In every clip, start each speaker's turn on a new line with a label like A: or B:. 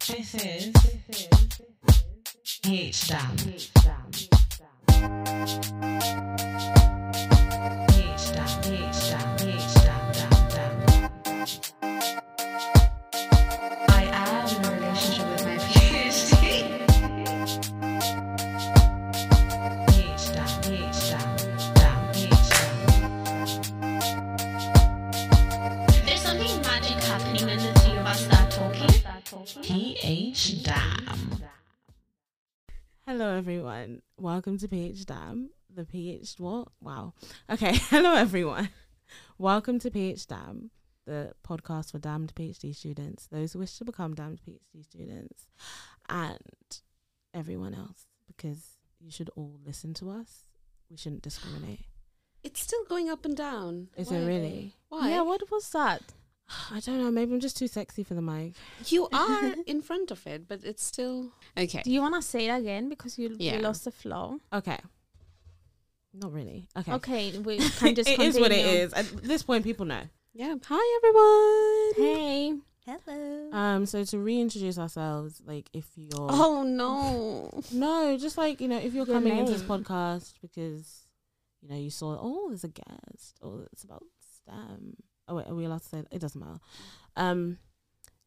A: This is H Dam. H Dam. H Dam. H Dam. H Dam. Dam. Dam. I am in a relationship with my PhD. H Dam. H Dam. Dam. H Dam.
B: There's something magic happening when the three of us start talking.
A: PH Dam.
C: Hello, everyone. Welcome to PH Dam. The PH what? Wow. Okay. Hello, everyone. Welcome to PH Dam, the podcast for damned PhD students, those who wish to become damned PhD students, and everyone else, because you should all listen to us. We shouldn't discriminate.
D: It's still going up and down.
C: Is it really?
D: Why?
C: Yeah. What was that? I don't know. Maybe I'm just too sexy for the mic.
D: You are in front of it, but it's still okay.
E: Do you want to say it again because you,
D: Yeah.
E: we lost the flow?
C: Okay. Not really. Okay.
E: Okay, we can just.
C: it is what it
E: continue.
C: is. At this point, people know.
D: Yeah. Hi, everyone.
E: Hey, Uh,
C: Um, so to reintroduce ourselves, like if you're
D: Oh no.
C: no, just like you know, if you're
E: Your
C: coming into this
E: name.
C: podcast because you know you saw oh there's a guest or it's about STEM. Oh wait, are we allowed to say that? it doesn't matter. Um,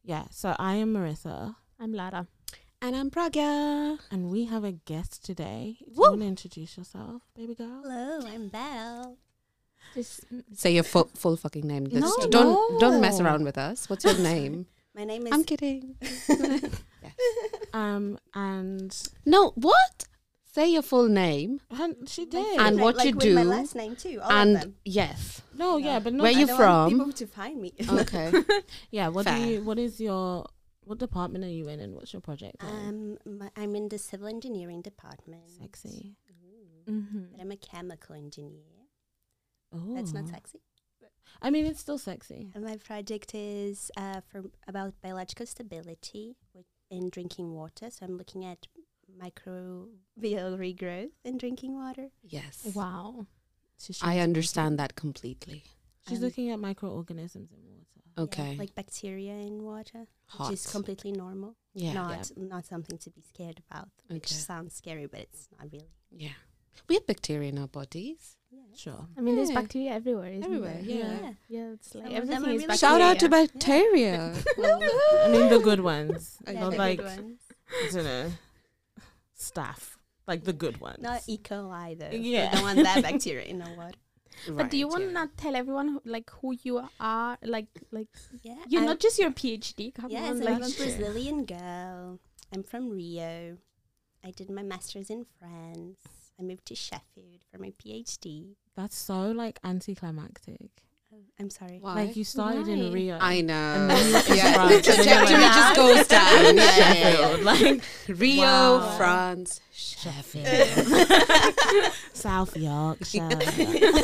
C: yeah. So I am Marissa,
E: I'm Lara.
D: And I'm Pragya.
C: and we have a guest today. Do
D: Woo!
C: you want to introduce yourself, baby girl?
F: Hello, I'm Belle.
E: Just
D: Say your full, full fucking name.
C: No,
D: Just don't don't mess
C: no.
D: around with us. What's your name?
F: My name is.
D: I'm kidding.
C: Um, and,
D: No, what? Say your full name
C: and she did.
D: And what
F: like
D: you
F: with My
D: do
F: last name too. All of
D: and
F: them.
D: yes.
C: no, yeah, but no.
D: Where
F: I
D: you
F: don't
D: from?
F: Want people to find me.
D: Okay.
C: yeah. What
D: Fair.
C: do you? What is your? What department are you in, and what's your project? on?
F: um, my, I'm in the civil engineering department.
C: Sexy.
E: mm-hmm.
F: But I'm a chemical engineer.
C: Oh,
F: That's not sexy.
C: I mean, it's still sexy.
F: And my project is uh, for about biological stability with, in drinking water. So I'm looking at microbial regrowth in drinking water.
D: yes.
E: wow.
C: So she-
D: I understand that completely.
C: She's
F: um,
C: looking at microorganisms in water.
F: Yeah,
D: Okay.
F: like bacteria in water,
D: Hot.
F: which is completely normal.
D: yeah.
F: not not something to be scared about, which
D: Okay.
F: sounds scary, but it's not really.
D: Yeah. We have bacteria in our bodies.
C: Sure.
E: I mean, there's
D: Yeah.
E: bacteria everywhere, isn't
D: Everywhere,
E: there?
D: yeah.
E: Yeah, it's like
F: Some of
E: everything
F: them are
E: is
F: really
E: bacteria.
D: Shout out to bacteria.
C: I mean, the good ones.
D: Yeah,
C: not
D: the good
C: like,
F: ones.
C: I don't know, staff. Like the good ones.
F: not E. coli though.
C: Yeah.
F: Yeah, don't want that bacteria in the water.
E: But do you want to not tell everyone who, like who you are? Like, like
F: Yeah,
E: you're
F: I'm-
E: not just your PhD. Come
F: Yes,
E: on,
F: I'm
E: like
F: a Brazilian girl. I'm from Rio. I did my masters in France. I moved to Sheffield for my PhD.
C: That's so like anticlimactic.
F: Oh, I'm sorry.
D: Why?
C: Like you started in
E: Why?
C: Rio.
D: I know.
C: And then you
D: yeah.
C: France,
D: The
C: and then you're
D: trajectory
C: like-
D: just goes down. Yeah, yeah, yeah.
C: Sheffield, like
D: Rio,
C: Wow.
D: France, Sheffield,
C: South Yorkshire.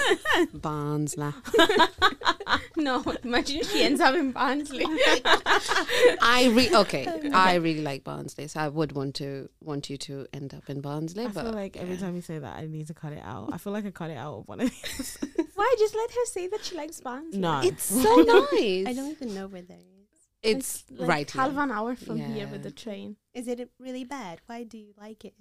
D: Barnes. lah.
E: no, imagine she ends up in Barnsley.
D: I re- okay. I really like Barnsley, so I would want to want you to end up in Barnsley.
C: I
D: but
C: feel like every time you say that, I need to cut it out. I feel like I cut it out of one of these.
E: Why? Just let her say that she likes Barnsley.
C: No.
D: it's so nice.
F: I don't even know where there is.
D: It's,
E: like
D: right. here.
E: half an hour from here with
D: Yeah.
E: the train.
F: Is it really bad? Why do you like it?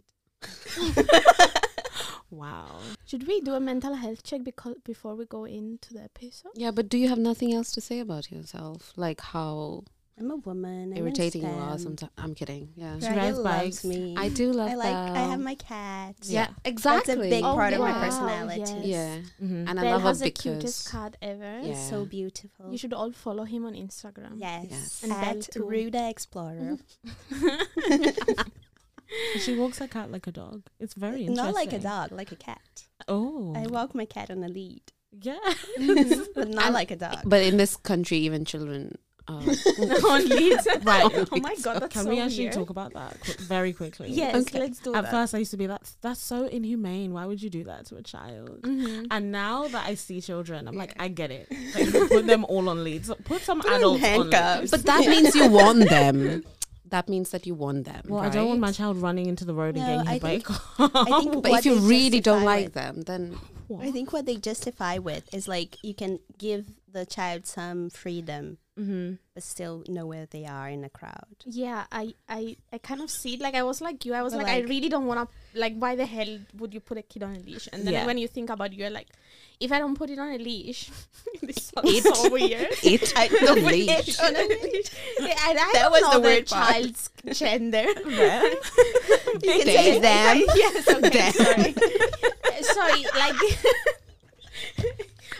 C: wow.
E: Should we do a mental health check because before we go into the episode?
D: Yeah, but do you have nothing else to say about yourself? Like how
F: I'm a woman. I'm in
D: irritating you are
F: STEM.
D: sometimes. I'm kidding. Yeah,
C: She
F: Dragon
C: rides bikes.
F: loves me.
D: I do love.
F: I like. I have
D: Belle.
F: my cat.
D: Yeah,
F: That's
D: exactly.
F: a big
E: Oh,
F: part of my
E: wow,
F: personality.
D: Yeah,
F: Mm-hmm.
C: Mhm.
D: and I
E: Belle
D: love
E: has
D: her
E: the
D: because
E: cutest cat ever.
D: Yeah.
F: It's so beautiful.
E: You should all follow him on Instagram.
F: yes.
D: Yes.
E: And Belle
F: At
E: too.
F: Ruda Explorer.
E: Mm-hmm.
C: She walks her cat like a dog. It's very interesting.
F: Not like a dog, like a cat.
C: Oh.
F: I walk my cat on a lead,
C: yeah.
F: but not
D: And-
F: like a dog.
D: But in this country, even children are
E: on leads.
C: Right.
E: Oh my god, that's
C: Can
E: so
C: we actually
E: weird.
C: talk about that qu- very quickly?
E: Yes, let's do
C: At
E: that.
C: first, I used to be that's that's so inhumane. Why would you do that to a child?
E: Mhm.
C: And now that I see children, I'm like, I get it. Like, put them all on leads. Put some
F: them in
C: adults on leads.
F: handcuffs.
D: But that means you want them. That means that you want them.
C: Well, I don't want my
D: right?
C: child running into the road
F: No,
C: and getting
F: I
C: hit by a
F: think-
C: car.
F: I think
D: But
F: what
D: if you
F: they
D: really don't
F: justify
D: like
F: with-
D: them, then
F: I think what they justify with is like you can give the child some freedom
C: Mm-hmm.
F: but still know where they are in a crowd.
E: Yeah, I, I, I kind of see it. Like I was like you. I was
F: But
E: like, I
F: like-
E: really don't want to. Like, why the hell would you put a kid on a leash? And then
C: Yeah.
E: when you think about it, you're like, if I don't put it on a leash, this sounds
D: It-
E: so weird.
D: It the leash.
E: on a leash. Yeah, and I
D: That
E: don't
D: was
E: know
D: the weird part.
E: child's gender.
D: You can say them.
E: yes, okay,
D: Them.
E: sorry. sorry, like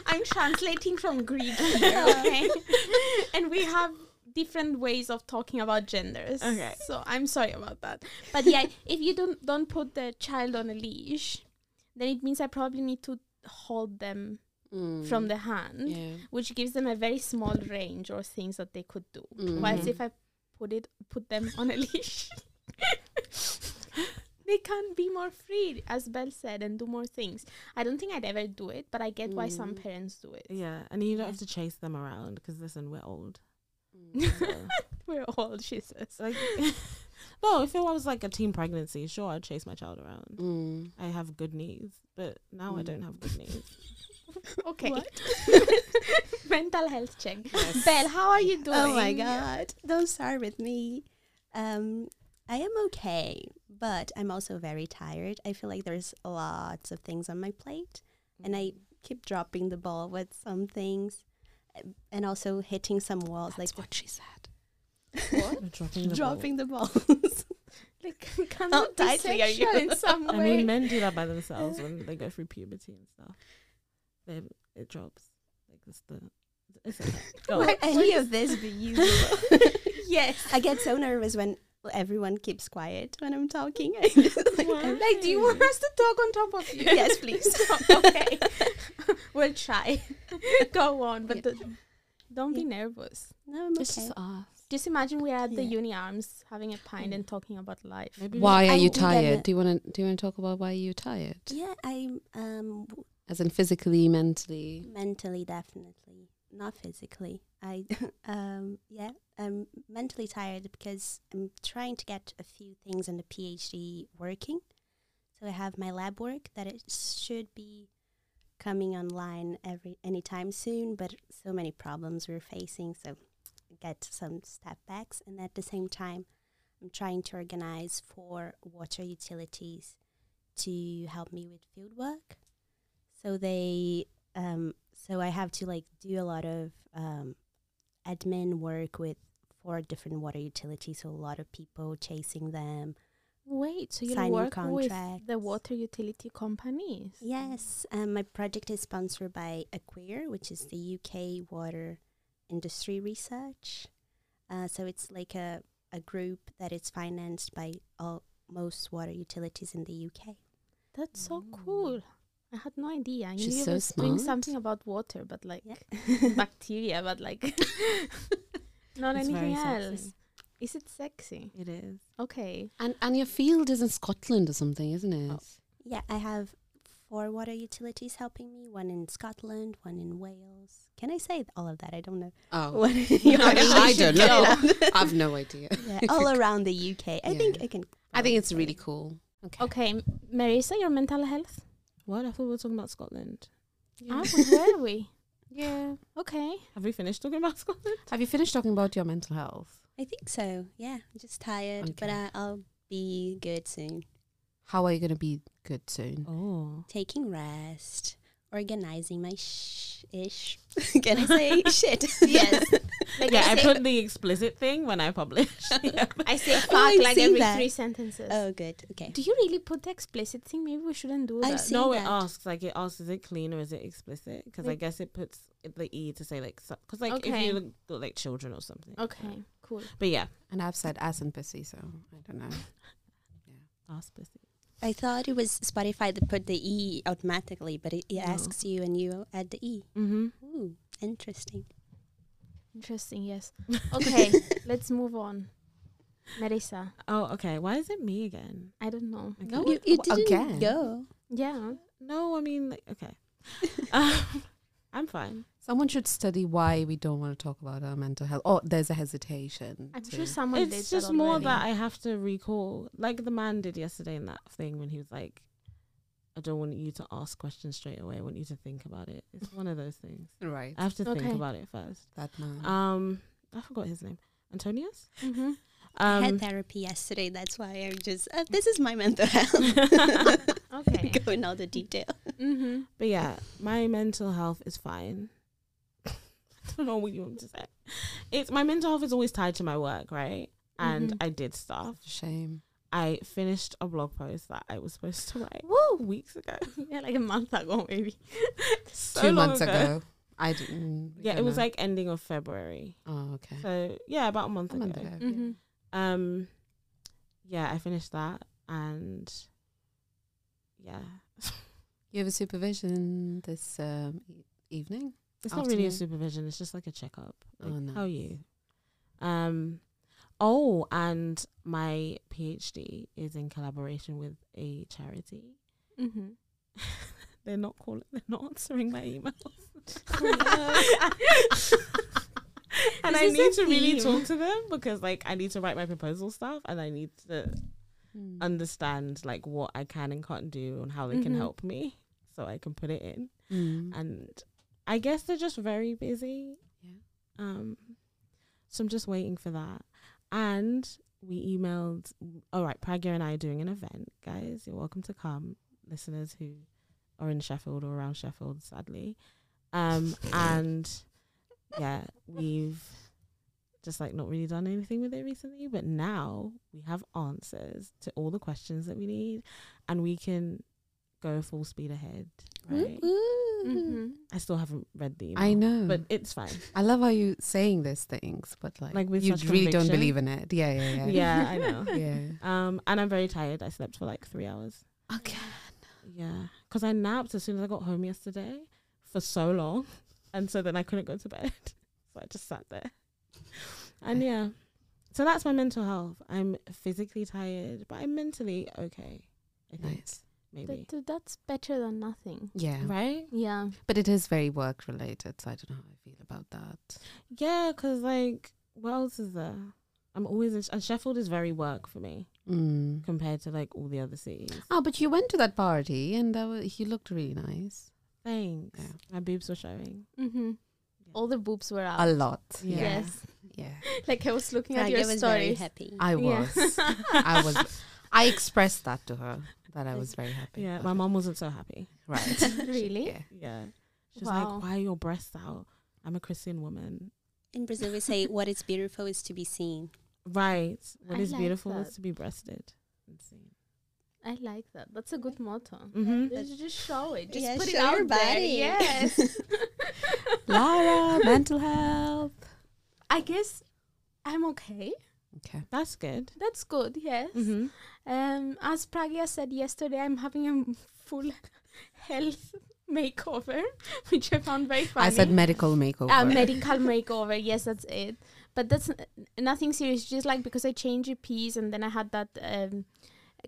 E: I'm translating from Greek here, okay? and we have different ways of talking about genders.
C: Okay.
E: So I'm sorry about that. But yeah, if you don't don't put the child on a leash, then it means I probably need to hold them
D: Mm.
E: from the hand,
D: yeah.
E: which gives them a very small range or things that they could do. Whereas
D: Mhm.
E: if I put it put them on a leash, they can't be more free, as Belle said, and do more things. I don't think I'd ever do it, but I get why some
D: Mm.
E: parents do it.
C: Yeah, and you don't have to chase them around because listen, we're old.
D: Mm-hmm.
C: So,
E: We're all she says.
C: like, no, if it was like a teen pregnancy, sure, I'd chase my child around.
D: Mm.
C: I have good knees, but now I don't have good knees.
E: Okay. Mental health check. Belle, how are you doing?
F: Oh my god, don't start with me. Um, I am okay, but I'm also very tired. I feel like there's lots of things on my plate, and
E: Mm.
F: I keep dropping the ball with some things, uh, and also hitting some walls,
D: That's
F: like
D: what she said.
C: We're dropping the
F: dropping the balls.
E: Like, can
F: How
E: not be
F: tightly are you?
E: sexual in some
C: ball. I
E: way?
C: mean, men do that by themselves when they go through puberty and stuff. They, it drops. Like it's the. It's okay. Go.
F: Will
C: on.
F: any of this be usable?
E: Oh. yes.
F: I get so nervous when everyone keeps quiet when I'm talking. I just, like, I'm-
E: Like, do you want us to talk on top of you?
F: yes, please.
E: okay. we'll try. Go on, but
F: Yeah.
E: the- don't be nervous.
F: No, I'm
D: This
F: okay.
D: is us.
E: Just imagine we're at the
F: Yeah. Mm.
E: uni arms having a pint and talking about life.
C: Maybe we-
D: Why are
F: I
D: you
F: do get
D: tired?
F: it.
D: Do you want to do you want to talk about why you're tired?
F: Yeah, I'm um, w-
D: As in physically, mentally.
F: mentally definitely not physically. I um, yeah, I'm mentally tired because I'm trying to get a few things in the PhD working. So I have my lab work that it should be coming online every anytime soon, but so many problems we're facing, so get some step backs. And at the same time, I'm trying to organize for water utilities to help me with field work. So they, um, so I have to like do a lot of um, admin work with four different water utilities. So a lot of people chasing them.
E: Wait, so you
F: Signing
E: work with the
F: contracts.
E: water utility companies?
F: Yes, um, my project is sponsored by Aquir, which is the UK water industry research. Uh, so it's like a, a group that is financed by all, most water utilities in the UK.
E: That's so
F: Mm.
E: cool. I had no idea. I knew
D: She's
E: you
D: so
E: were
D: smart.
E: doing something about water, but like
F: Yeah.
E: bacteria, but like not
C: It's very
E: anything
C: sexy.
E: else. Is it sexy?
C: It is.
E: Okay.
D: And and your field is in Scotland or something, isn't it?
C: Oh.
F: Yeah, I have four water utilities helping me one in Scotland, one in Wales. Can I say all of that? I don't know.
D: Oh,
F: What
D: I, mean, I don't know.
F: Yeah.
D: I've no idea.
F: Yeah, all around the UK. I think
D: Yeah.
F: I can.
D: I think it's really cool.
E: Okay, M- Marisa, your mental health?
C: What? I thought we were talking about Scotland.
E: Ah, where were we?
D: Yeah.
E: Okay.
C: Have we finished talking about Scotland?
D: Have you finished talking about your mental health?
F: I think so. Yeah, I'm just tired, but
D: Okay.
F: I, I'll be good soon.
D: How are you going to be good soon?
C: Oh.
F: Taking rest, organizing my sh- ish. can I say shit?
E: Yes. Like
C: Yeah,
E: I,
C: I
E: say,
C: put the explicit thing when I published. Yeah.
E: I say fuck
F: I've
E: like
F: seen
E: every
F: that.
E: three sentences.
F: Oh, good. Okay.
E: Do you really put the explicit thing? Maybe we shouldn't do
F: I've
E: that.
F: seen-
C: No, it
F: that.
C: asks like it asks is it clean or is it explicit? Because I
E: Like-
C: guess it puts the e to say like because like if
E: Okay.
C: you look, got, like children or something.
E: Okay, cool.
C: but yeah,
D: And I've said ass and pussy, so I don't know.
C: ask pussy.
F: I thought it was Spotify that put the E automatically, but it, it
D: Oh.
C: No.
F: asks you and you add the E.
C: Mm-hmm.
F: Ooh, interesting.
E: Interesting, yes. Okay, let's move on. Marisa,
C: Oh, okay. Why is it me again?
E: I don't know.
C: Okay.
F: You, you
D: w-
F: didn't
D: again.
F: go.
E: Yeah.
C: No, I mean like, okay. um, I'm fine.
D: Someone should study why we don't want to talk about our mental health. Oh, there's a hesitation.
E: I'm
D: to-
E: sure someone did
C: It's
E: that
C: just more
E: already.
C: that I have to recall, like the man did yesterday in that thing when he was like, I don't want you to ask questions straight away. I want you to think about it. It's one of those things.
D: Right.
C: I have to
E: Okay.
C: think about it first.
D: That man.
C: Um, I forgot his name. Antonius.
E: Mm-hmm.
F: I
C: Um,
F: had therapy yesterday. That's why I'm just, uh, this is my mental health.
B: Okay.
F: Go in all the detail.
E: Mm-hmm.
C: But yeah, my mental health is fine. I don't know what you want me to say. It's my mental health is always tied to my work, right? And
D: Mm-hmm.
E: Mhm.
C: I did stuff.
D: Shame.
C: I finished a blog post that I was supposed to write
E: Woo!
C: weeks ago.
E: Yeah, like a month ago, maybe.
C: So
D: Two
C: long
D: months ago. I didn't. we
C: Yeah, it
D: don't
C: was
D: know.
C: like ending of February.
D: Oh, okay.
C: So yeah, about a month
D: A month
C: ago.
D: ago, yeah.
E: Mm-hmm.
C: Um yeah, I finished that and yeah.
D: You have a supervision this um, e- evening.
C: It's not really a
D: Afternoon.
C: supervision, it's just like a checkup. Like,
D: Oh,
C: How are
D: nice.
C: you? Um oh, and my PhD is in collaboration with a charity.
E: Mm-hmm.
C: They're not calling they're not answering my emails. and
E: This
C: I
E: is
C: need to
E: a
C: really
E: theme.
C: talk to them because like I need to write my proposal stuff and I need to
D: Mm.
C: understand like what I can and can't do and how they can
E: Mhm.
C: help me so I can put it in.
D: Mm.
C: And I guess they're just very busy.
D: Yeah.
C: Um so I'm just waiting for that. And we emailed all right, Pragya and I are doing an event, guys. You're welcome to come, listeners who are in Sheffield or around Sheffield, sadly. Um and yeah, we've just like not really done anything with it recently, but now we have answers to all the questions that we need and we can go full speed ahead. Right.
E: Mm-hmm.
C: I still haven't read the email,
D: I know.
C: but
D: But
C: it's fine.
D: I love how you saying these things, but like,
C: Like, with
D: you
C: such
D: really don't
C: conviction.
D: believe in it. Yeah, yeah, yeah.
C: yeah, I know.
D: yeah.
C: Um, and I'm very tired. I slept for like three hours.
D: Okay.
C: Yeah, because I napped as soon as I got home yesterday for so long, and so then I couldn't go to bed, so I just sat there. And yeah, so that's my mental health. I'm physically tired, but I'm mentally okay. I think
D: Nice.
C: maybe
E: that's better than nothing.
D: Yeah.
C: right.
E: Yeah.
D: But it is very work related, so I don't know how I feel about that.
C: Yeah, because like what else is there? I'm always in and Sheffield is very work for me
D: Mm.
C: compared to like all the other cities.
D: Oh, but you went to that party and that was, you looked really nice.
C: Thanks.
D: Yeah.
C: My boobs were showing.
E: Mm-hmm. All the boobs were out.
D: A lot.
C: Yeah.
D: Yeah.
E: Yes.
D: Yeah.
E: Like I was looking at
F: Like,
E: your
F: I was very
E: stories.
F: happy.
D: I
E: Yeah.
D: was. I was. I expressed that to her that I was very happy.
C: Yeah,
D: about
C: my
D: it.
C: mom wasn't so happy.
D: Right.
E: really?
D: Yeah.
C: Yeah. She's
E: Wow.
C: like, why are your breasts out? I'm a Christian woman.
F: In Brazil, we say what is beautiful is to be seen.
C: Right. What
E: I
C: is
E: like
C: beautiful
E: that.
C: is to be breasted. and seen.
E: I like that. That's a good motto.
C: Mhm.
E: Just just show it. Just
F: Yeah,
E: put it
F: show
E: out
F: your
E: there.
F: body.
E: Yes.
D: Lara, mental health.
E: I guess I'm okay.
D: Okay.
C: That's good.
E: That's good. Yes.
C: Mm-hmm.
E: Um, as Pragya said yesterday, I'm having a full health makeover, which I found very funny.
D: I said medical makeover.
E: uh, medical makeover. Yes, that's it. But that's n- nothing serious. Just like because I changed a piece and then I had that um,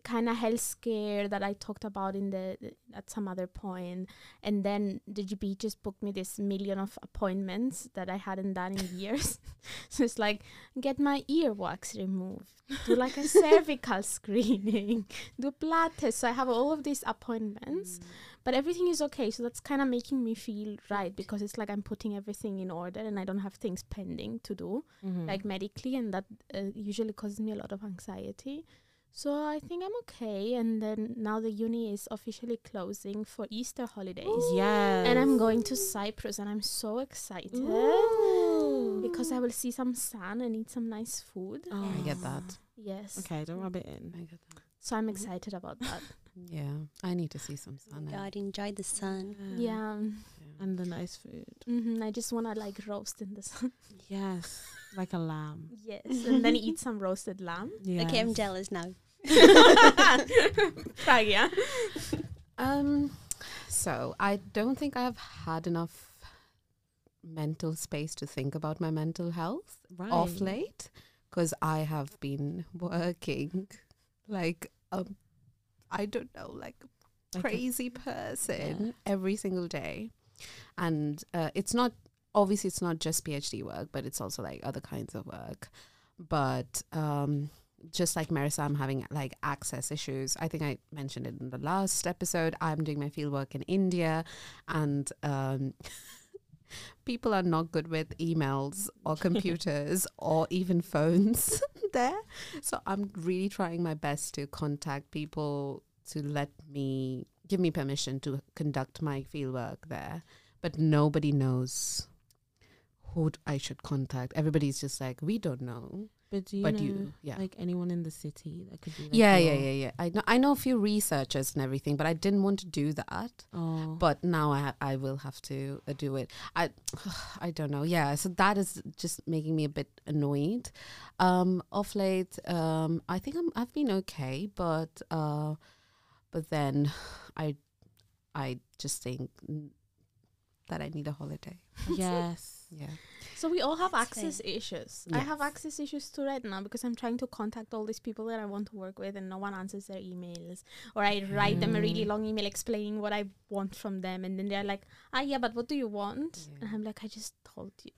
E: kind of health scare that I talked about in the at some other point, and then the GP just booked me this million of appointments that I hadn't done in years. so it's like get my earwax removed, do like a cervical screening, do blood tests. So I have all of these appointments but everything is okay so that's kind of making me feel right because it's like i'm putting everything in order and i don't have things pending to do
C: Mm-hmm.
E: like medically and that uh, usually causes me a lot of anxiety so i think i'm okay and then now the uni is officially closing for easter holidays
C: yes.
E: and i'm going to cyprus and i'm so excited because i will see some sun and eat some nice food
D: I get
E: Oh.
D: that.
E: yes
C: Okay, don't rub it in.
D: I get that.
E: so i'm excited about that
D: Yeah. I need to see some sun. I-
F: God, enjoy the sun.
C: Mm.
E: yeah
D: yeah.
C: And the nice food.
E: hmm i just want to like roast in the sun
C: Yes. Like a lamb.
E: Yes, and then eat some roasted lamb.
C: Yes.
F: Okay, I'm jealous now.
E: Pragya.
D: Um, so I don't think I've had enough mental space to think about my mental health
C: Right.
D: off late because I have been working like um, I don't know, like a
C: Like a-
D: crazy person every single day, and uh, it's not obviously it's not just PhD work, but it's also like other kinds of work. But um, just like Marissa, I'm having like access issues. I think I mentioned it in the last episode. I'm doing my fieldwork in India, and um, people are not good with emails or computers or even phones there. So I'm really trying my best to contact people to let me give me permission to conduct my fieldwork there, but nobody knows who d- I should contact. Everybody's just like, we don't know.
C: But do you
D: but
C: know
D: you, yeah.
C: like anyone in the city that could be? Like
D: yeah, yeah, yeah, yeah. I know, I know a few researchers and everything, but I didn't want to do that.
C: Oh, but
D: But now I, ha- I will have to uh, do it. I, I don't know. Yeah, so that is just making me a bit annoyed. Um, off late, um, I think I'm, I've been okay, but, uh, but then, I, I just think mm, that I need a holiday.
C: yes,
D: Yeah.
E: So we all have
F: That's
E: access issues. I have
D: Yes.
E: access issues too right now because I'm trying to contact all these people that I want to work with and no one answers their emails. Or I write them a really
C: Mm.
E: long email explaining what I want from them and then they're like, ah, yeah, but what do you want?
D: Yeah.
E: And I'm like, I just told you.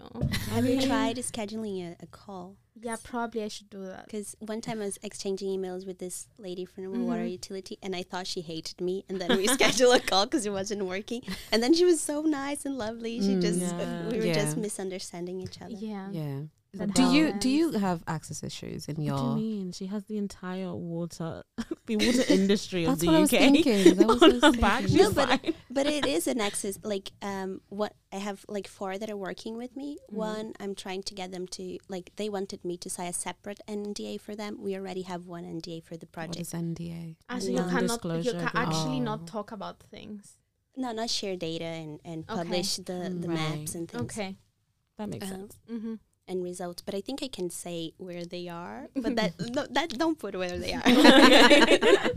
F: Have you
E: mean-
F: tried scheduling a, a call?
E: Yeah, probably I should do that.
F: Because one time I was exchanging emails with this lady from a water
E: Mhm.
F: utility, and I thought she hated me. And then we scheduled a call because it wasn't working. And then she was so nice and lovely. She
D: Mm.
F: just
C: Yeah.
F: we were just
D: Yeah.
F: misunderstanding each other.
E: Yeah.
D: Yeah.
E: But
D: Do you
E: balance.
D: do you have access issues in
C: What do you
D: your?
C: mean? She has the entire water, the water industry of
D: That's
C: the
D: what I was
C: UK
D: thinking. That was what I
C: on
D: was
C: her back.
D: thinking.
F: No,
C: She's
F: but-
C: fine.
F: But it is an access. Like um, what I have like four that are working with me.
C: Mm.
F: One, I'm trying to get them to like they wanted me to sign a separate NDA for them. We already have one NDA for the
D: What
F: project.
D: is NDA?
E: Ah, so you cannot, you
C: Non-disclosure
E: can actually
D: agreement.
E: not talk about things.
F: No, not share data and and
E: Okay.
F: publish the
C: Mm.
F: the
C: Right.
F: maps and things. Uh-huh.
E: Okay.
C: That makes
F: Um,
D: Uh-huh.
C: sense.
E: Mm-hmm.
F: and results, but I think I can say where they are. But that no, that don't put where they are.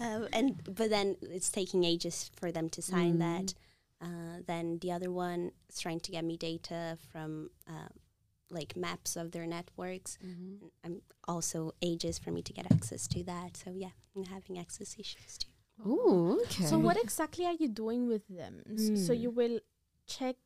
F: um, and but then it's taking ages for them to sign
D: Mm.
F: that. Uh, then the other one is trying to get me data from um, like maps of their networks. And I'm also ages for me to get access to that. So yeah, I'm having access issues too.
D: Oh, okay.
E: So what exactly are you doing with them? S- So
C: Mm.
E: you will check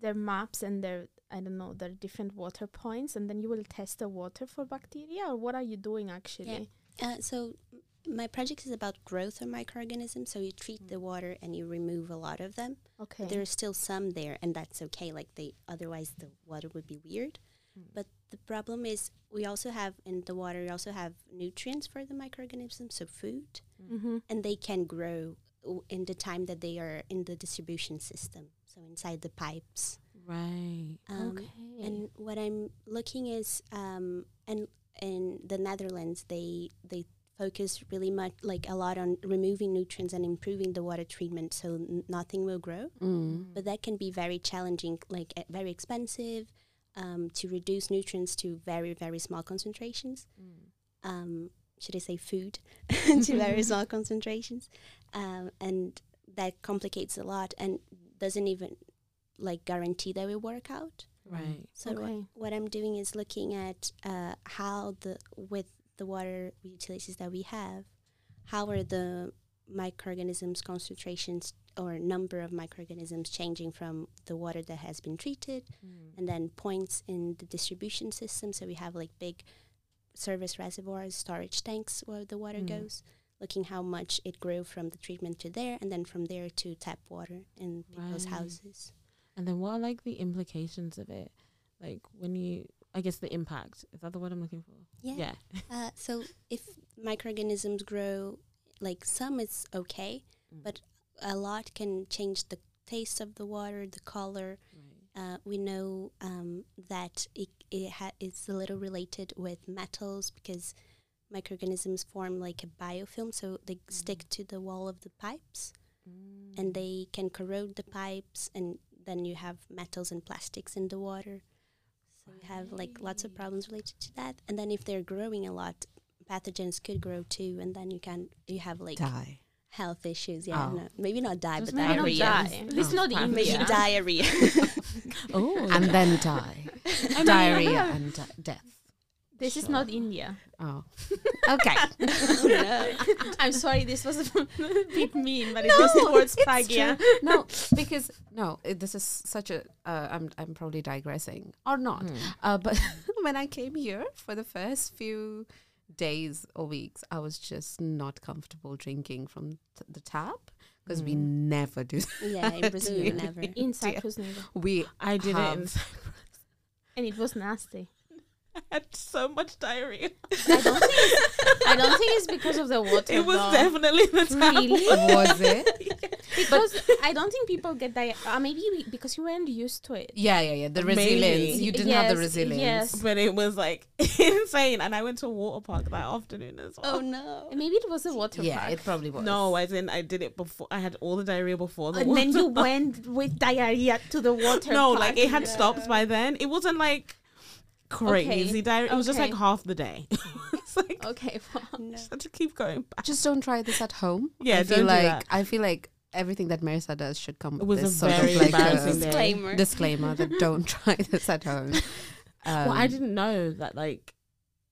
E: their maps and their I don't know their different water points, and then you will test the water for bacteria, or what are you doing actually?
F: Uh, so m- my project is about growth of microorganisms. So you treat the water and you remove a lot of them.
E: Okay.
F: There are still some there, and that's okay. Like they, otherwise the water would be weird.
E: Hmm.
F: But the problem is, we also have in the water, we also have nutrients for the microorganisms, so food,
E: mm-hmm.
F: and they can grow w- in the time that they are in the distribution system, so inside the pipes.
C: Right.
F: Um,
E: okay.
F: And what I'm looking is, um, and in the Netherlands, they they focus really much, like a lot on removing nutrients and improving the water treatment, so n- nothing will grow
D: Mm.
F: but that can be very challenging, like uh, very expensive um, to reduce nutrients to very, very small concentrations.
C: mm,
F: Um, should I say food to very small concentrations? Um, and that complicates a lot and doesn't even like guarantee that it will work out.
C: Right.
F: So what,
E: Okay.
F: what I'm doing is looking at uh, how the with the water utilities that we have, how are the microorganisms concentrations or number of microorganisms changing from the water that has been treated,
D: Mm.
F: and then points in the distribution system. So we have like big service reservoirs, storage tanks where the water
C: Mm.
F: goes. Looking how much it grew from the treatment to there, and then from there to tap water in people's
C: Right.
F: houses.
C: And then what are like the implications of it? Like when you, I guess the impact. Is that the word I'm looking for? Yeah.
F: Uh, so if microorganisms grow, like some it's okay,
C: Mm.
F: but a lot can change the taste of the water, the color.
C: Right.
F: Uh, we know um, that it, it ha- it's a little related with metals because microorganisms form like a biofilm, so they stick to the wall of the pipes
D: Mm.
F: and they can corrode the pipes, and then you have metals and plastics in the water. So you have like lots of
C: Right.
F: problems related to that. And then if they're growing a lot, pathogens could grow too, and then you can you have like
D: die.
F: health issues. Yeah,
D: Oh.
F: no, maybe not die,
C: Just
F: but
C: maybe
E: Maybe not
F: diarrhea.
E: die. At least
C: Oh,
E: not
C: fine.
E: in
F: Maybe
E: India.
F: diarrhea.
C: Oh,
E: uh-huh.
D: And then die. Diarrhea and di- death.
E: This is not India.
D: Oh, okay.
E: I'm sorry, this was a bit mean, but it was towards
D: it's
E: Pragya.
D: true. No, because no, it- this is such a. Uh, I'm I'm probably digressing or
E: Hmm.
D: not.
C: Hmm.
D: Uh, but when I came here for the first few days or weeks, I was just not comfortable drinking from t- the tap because we
E: Hmm.
D: never do. That.
F: Yeah, in Brazil you
D: Really?
F: never.
E: In Cyprus, neither.
D: We
C: I did it.
D: have-
C: In,
E: And it was nasty.
C: I had so much diarrhea.
E: I don't think it's, I don't think it's because of the water.
C: It was
E: though.
C: definitely the tap.
E: Really?
D: was it?
E: because I don't think people get that. Uh, maybe we, because you weren't used to it.
D: Yeah, yeah, yeah. The
C: Maybe.
D: resilience. You didn't have the
E: Yes,
D: resilience.
E: yes.
C: But it was like insane. And I went to a water park that afternoon as well.
F: Oh no.
E: Maybe it was a water
D: Yeah,
E: park.
D: it probably was.
C: No, I didn't. I did it before. I had all the diarrhea before Oh, the
E: and then
C: water
E: you
C: park.
E: went with diarrhea to the water
C: No,
E: park.
C: like it had stopped by then. It wasn't like crazy diarrhea. It was just
E: okay.
C: like half the day. it's like
E: Okay, well,
C: I just had to keep going back.
D: Just don't try this at home.
C: Yeah,
D: I feel
C: don't do
D: like
C: that.
D: I feel like everything that Marissa does should come.
C: It was
D: with this
C: a
D: sort
C: very
D: of like
C: embarrassing
D: a
C: day.
F: Disclaimer.
D: disclaimer that don't try this at home. Um,
C: well, I didn't know that like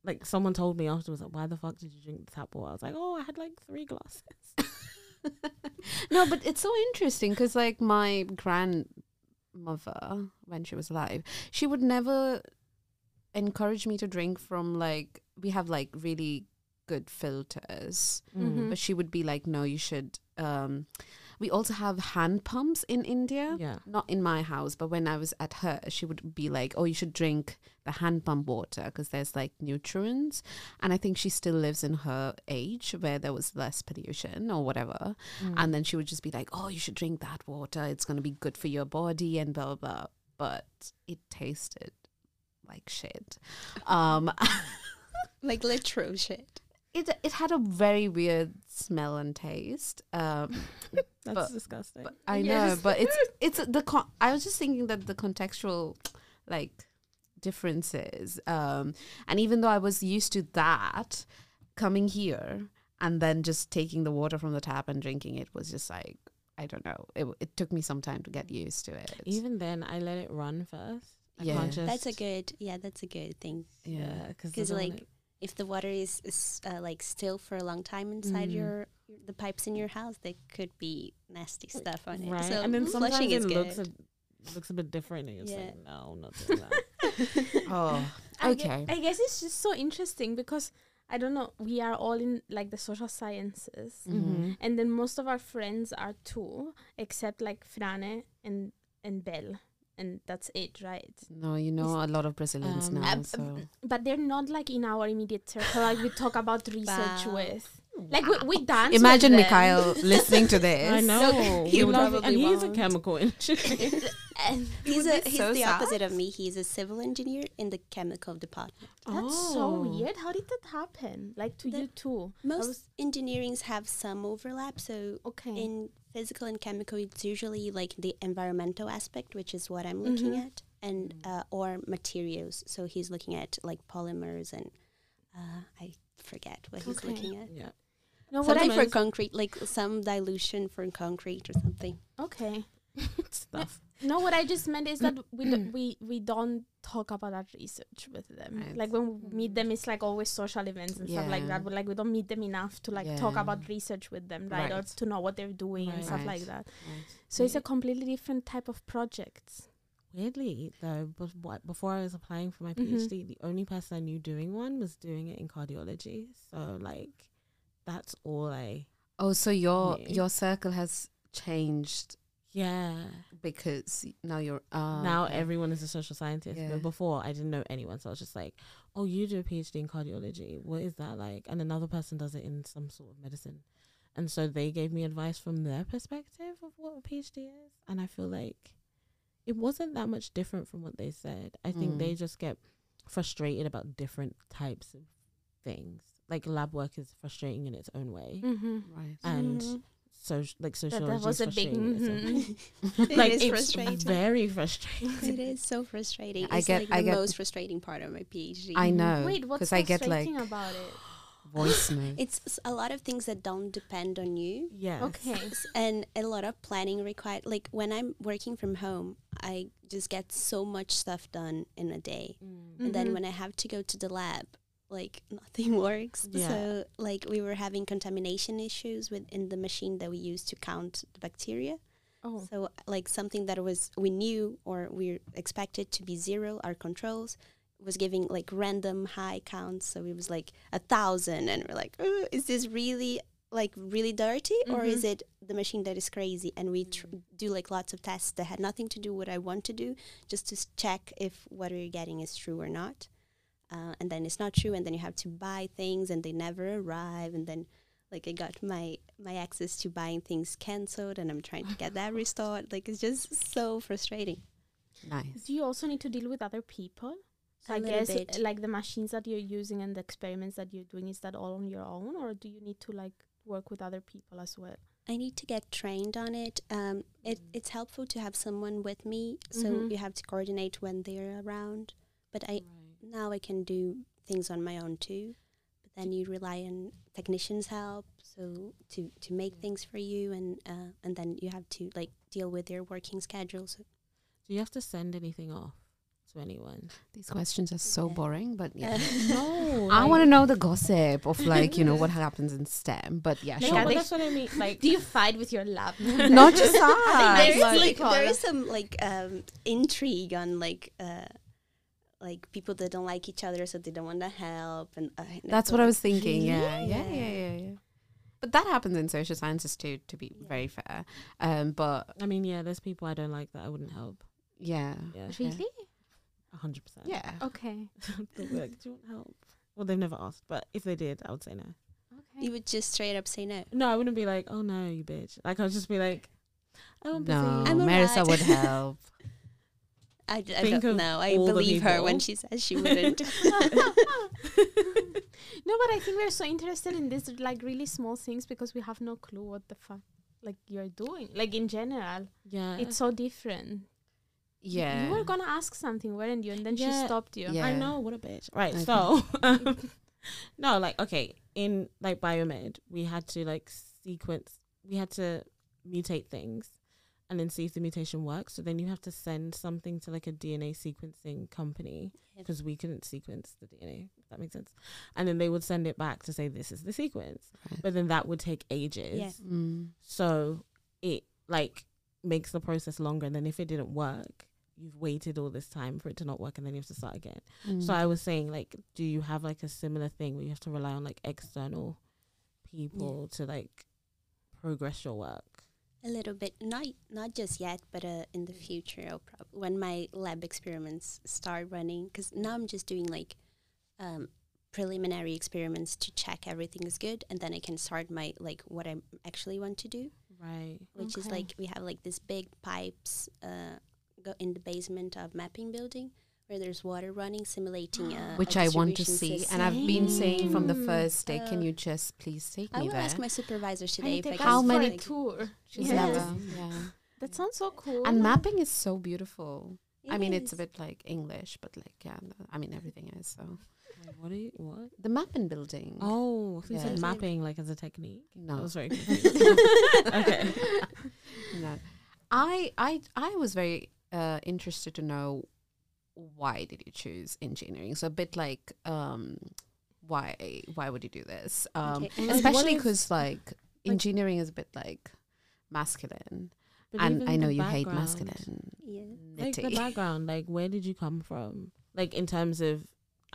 C: like someone told me afterwards like why the fuck did you drink the tap water? I was like, Oh, I had like three glasses.
D: Um, no, but it's so interesting because like my grandmother, when she was alive, she would never encourage me to drink from like we have like really good filters.
C: Mm.
E: Mhm.
D: but she would be like no you should um we also have hand pumps in india
C: Yeah.
D: not in my house but when i was at her she would be like oh you should drink the hand pump water because there's like nutrients and i think she still lives in her age where there was less pollution or whatever
C: Mm-hmm. Mm.
D: and then she would just be like oh you should drink that water it's going to be good for your body and blah blah blah but it tasted like shit um
F: Like literal shit.
D: it it had a very weird smell and taste um
C: That's
D: But-
C: disgusting.
D: But I
E: Yes.
D: know, but it's it's the con- I was just thinking that the contextual like differences, um, and even though I was used to that, coming here and then just taking the water from the tap and drinking it was just like I don't know. It it took me some time to get used to it.
C: Even then I let it run first. I
D: Yeah.
C: can't just,
F: That's a good. Yeah, that's a good thing.
D: yeah,
C: because
F: Because like, if the water is, is uh, like still for a long time inside
C: Mm-hmm.
D: Mm.
F: your the pipes in your house, there could be nasty stuff on it.
C: right.
F: So mm-hmm.
C: and then sometimes
F: flushing
C: it
F: is
C: looks
F: good.
C: a, looks a bit different and you're just
F: Yeah.
C: like, No, I'm not doing that.
D: oh
E: I gue-
D: Okay.
E: I guess it's just so interesting because I don't know. We are all in like the social sciences,
C: Mm-hmm.
D: mhm.
E: and then most of our friends are too, except like Frane and and Belle, and that's it, right?
D: no, you know a lot of Brazilians
C: Um,
D: now.
E: ab-
D: So
E: But they're not like in our immediate circle. Like we talk about research
F: Wow.
E: with, like we, we dance.
D: imagine
E: with them.
D: Mikhail listening to this.
C: I know.
D: he
C: We
D: would
C: love- and
D: probably
C: he's a
D: won't.
C: chemical engineer.
E: And
F: He's
D: would
F: a,
D: be
F: he's
D: so
F: the
D: sad.
F: opposite of me. He's a civil engineer in the chemical department.
E: that's
C: Oh.
E: so weird. How did that happen? Like to
F: The-
E: you too? I
F: Most
E: was-
F: engineerings have some overlap. So
C: Oh.
E: okay.
F: in physical and chemical, it's usually like the environmental aspect, which is what I'm looking
C: Mm-hmm.
E: Mhm.
F: at, and
C: Mm.
F: uh, or materials. So he's looking at like polymers and uh, I forget what he's
E: Okay.
F: looking at.
C: Yeah.
E: no, what I
F: Something for
E: meant.
F: concrete, like some dilution for concrete or something.
E: Okay.
C: Stuff.
E: No, what I just meant is that we do, we we don't talk about our research with them.
D: Right.
E: Like when we meet them, it's like always social events and stuff like
D: Yeah.
E: that. But like we don't meet them enough to like talk
D: Yeah.
E: about research with them, right? Or
D: Right.
E: to know what they're doing and stuff
D: Right.
E: like that.
D: Right.
E: So it's a completely different type of projects.
C: Weirdly, though, but what, before I was applying for my
F: Mm-hmm.
E: Mhm.
C: PhD, the only person I knew doing one was doing it in cardiology. So, like, that's all I.
D: Oh, so your
C: Yeah.
D: your circle has changed
C: Yeah.
D: because now you're uh,
C: now everyone is a social scientist.
D: Yeah.
C: But before, I didn't know anyone. So I was just like, oh, you do a PhD in cardiology. What is that like? And another person does it in some sort of medicine. And so they gave me advice from their perspective of what a PhD is. And I feel like it wasn't that much different from what they said. I think
D: Mm.
C: they just get frustrated about different types of things. Like lab work is frustrating in its own way.
D: Mm.
E: Mm-hmm.
D: right.
C: And so, like
E: That,
C: sociology,
E: that was a big.
C: frustrating in its own-
E: mhm.
F: It
C: like
F: is
C: it's
F: frustrating.
C: very frustrating.
F: it is so frustrating.
D: I
F: it's
D: get-
F: like
D: I
F: the
D: get-
F: most frustrating part of my PhD.
D: I know
E: Wait, what's
D: because I get like
E: frustrating about it?
D: voice notes.
F: It's s- a lot of things that don't depend on you,
C: Yes.
E: Okay.
F: s- and a lot of planning required. Like when I'm working from home, I just get so much stuff done in a day.
E: Mm.
F: And
E: Mm-hmm.
F: then when I have to go to the lab, like nothing works.
C: Yeah.
F: So like we were having contamination issues within the machine that we use to count the bacteria.
E: oh,
F: So like something that was we knew or we expected to be zero, our controls was giving like random high counts. So it was like a thousand, and we're like, "Uh, is this really like really dirty, or is it the machine that is crazy? And we tr- do like lots of tests that had nothing to do with what I want to do, just to s- check if what we're getting is true or not. Uh, and then it's not true, and then you have to buy things, and they never arrive, and then. Like I got my my access to buying things canceled, and I'm trying to get that restored. Like it's just so frustrating.
D: Nice.
E: do you also need to deal with other people? So
F: A
E: I
F: little
E: guess
F: bit.
E: like the machines that you're using and the experiments that you're doing is that all on your own, or do you need to like work with other people as well?
F: I need to get trained on it. Um, it it's helpful to have someone with me, so
E: Mhm.
F: you have to coordinate when they're around. But I now I can do things on my own too. But then you rely on technicians' help, so to to make things for you, and uh, and then you have to like deal with their working schedules.
C: Do you have to send anything off to anyone?
D: These questions are so
F: Yeah.
D: boring, but yeah.
F: uh,
C: No,
D: I want to know the gossip of like, you know, what happens in STEM. But yeah,
C: No,
E: Like,
D: sure.
E: I
C: but
E: think-
C: that's what I mean. Like,
E: Do you fight with your lab?
D: Not just
E: I
D: us.
E: think
F: there is
E: Like-
F: like there
E: Like-
F: is some like um, intrigue on like uh, like people that don't like each other, so they don't want to help, and uh, and
D: That's
F: it's
D: what I
F: like-
D: was thinking. Yeah, yeah,
F: Yeah.
D: yeah, yeah, yeah. But that happens in social sciences too, to be
F: Yeah.
D: very fair. Um, but
C: I mean, yeah, there's people I don't like that I wouldn't help.
D: yeah,
C: Yeah,
E: really?
C: a hundred percent.
D: yeah.
E: Okay.
C: They'll be like, do you want help? Well, they've never asked, but if they did, I would say no.
E: Okay.
F: You would just straight up say no.
C: No, I wouldn't be like, oh no, you bitch. Like I'd just be like, oh, I'm busy.
D: No,
F: I'm
D: Marissa
F: alright.
D: would help.
F: I, d- I
C: Think
F: don't
C: of
F: know. I
C: all the
F: believe her when
C: people.
F: she says she wouldn't.
E: No, but I think we're so interested in this like really small things because we have no clue what the fuck like you're doing. Like in general,
C: yeah,
E: it's so different.
D: Yeah.
E: You were gonna ask something, weren't you? And then
C: Yeah.
E: she stopped you.
D: Yeah.
C: I know what a bitch. Right.
D: Okay.
C: So, um, no, like okay, in like biomed, we had to like sequence. We had to mutate things, and then see if the mutation works. So then you have to send something to like a DNA sequencing company
F: Yep.
C: because we couldn't sequence the DNA. If that makes sense. And then they would send it back to say this is the sequence,
D: Right.
C: but then that would take ages.
F: Yeah.
D: Mm.
C: So it like makes the process longer. And then if it didn't work, you've waited all this time for it to not work, and then you have to start again. So I was saying, like, do you have like a similar thing where you have to rely on like external people to like progress your work?
F: a little bit, not not just yet, but uh, in the future, I'll prob- when my lab experiments start running, because now I'm just doing like um, preliminary experiments to check everything is good, and then I can start my like what I actually want to do.
C: Right.
F: which is
E: Okay.
F: like we have like this big pipes uh, go in the basement of mapping building where there's water running simulating uh, a
D: Which I want to see,
F: distribution
D: and I've been saying from the
E: Same.
D: first day, can
F: Uh,
D: you just please take
F: I
D: me
F: will
D: there?
F: ask my supervisor
E: Can you
F: today if I
E: take
F: can
D: How
E: us
D: many
E: for a tour?
D: She's
E: Yes.
D: never. Yeah.
E: That sounds so cool.
D: And mapping is so beautiful.
F: It
D: I mean, it's a
F: is.
D: bit like English, but like yeah, I mean everything is. So
C: Like, what do you what?
D: the mapping building.
C: Oh, so you
D: Yeah.
C: said mapping Oh. like as a technique.
D: no,
C: I was very confused. okay.
D: no. I I I was very uh, interested to know why did you choose engineering? So a bit like um, why why would you do this? Um,
F: Okay.
C: Like, what
D: Especially
C: is-
D: because like engineering is a bit like masculine,
C: but
D: and
C: even
D: I know
C: the
D: you hate
C: background,
D: masculine.
F: yeah
C: Like the
D: nitty.
C: background, like where did you come from? Like in terms of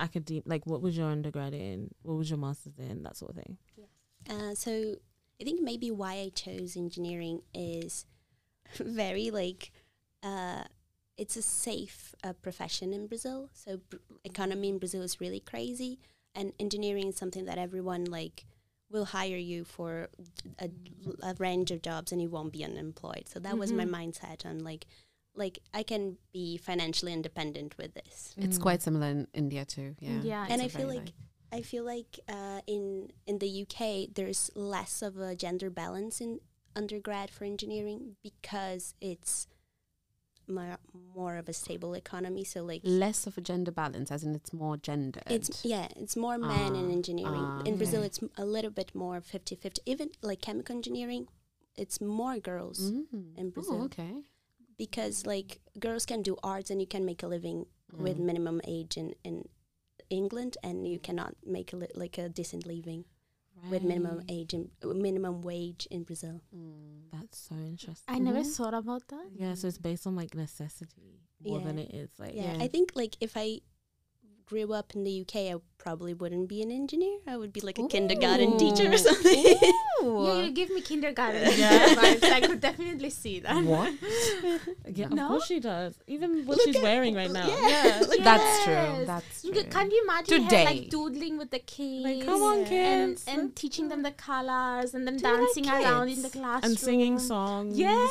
C: academic, like what was your undergrad in? What was your master's in? That sort of thing.
F: Uh, so I think maybe why I chose engineering is very like uh, it's a safe uh, profession in Brazil. So br- economy in Brazil is really crazy, and engineering is something that everyone like will hire you for a, a range of jobs, and you won't be unemployed. So that was my
D: Mm-hmm.
F: mindset on like like I can be financially independent with this.
E: Mm.
D: It's quite similar in India too. Yeah,
E: Yeah,
D: It's
F: And
D: a
F: I feel
D: very,
F: like I feel like uh, in in the UK there's less of a gender balance in undergrad for engineering because it's more, more of a stable economy. So like
D: less of a gender balance, as in it's more gendered.
F: it's yeah, it's more men in
D: Ah,
F: engineering.
D: ah,
F: in Brazil
D: okay.
F: it's m- a little bit more 50-50. Even like chemical engineering, it's more girls
D: Mm.
F: in Brazil.
D: Oh, okay.
F: because like girls can do arts and you can make a living with
D: Mm.
F: minimum age in in England and you cannot make a li- like a decent living with minimum
C: Right.
F: age in uh, minimum wage in Brazil.
D: Mm.
C: That's so interesting.
E: I never
D: Mhm.
E: thought about that.
C: Yeah, so it's based on like necessity more than
F: Yeah.
C: it is like
F: Yeah,
D: Yeah.
F: I think like if I grew up in the UK, I probably wouldn't be an engineer. I would be like a
D: Mm.
F: kindergarten teacher
D: Ooh.
F: or something.
E: You, you give me kindergarten
C: Yeah.
E: vibes. I could definitely see that.
D: What?
C: Yeah,
E: No?
C: of course she does. Even what
F: Look
C: she's
F: at-
C: wearing right now.
F: Yeah, like
D: That's
E: Yes.
D: true. That's
E: You
D: true.
E: can- Can you imagine her
D: Today.
E: like doodling with the kids?
C: Like, come on,
E: and,
C: kids.
E: and teaching them the colors and then
D: Do you like
E: dancing around in
D: kids?
E: the classroom
C: and singing songs.
E: Yes.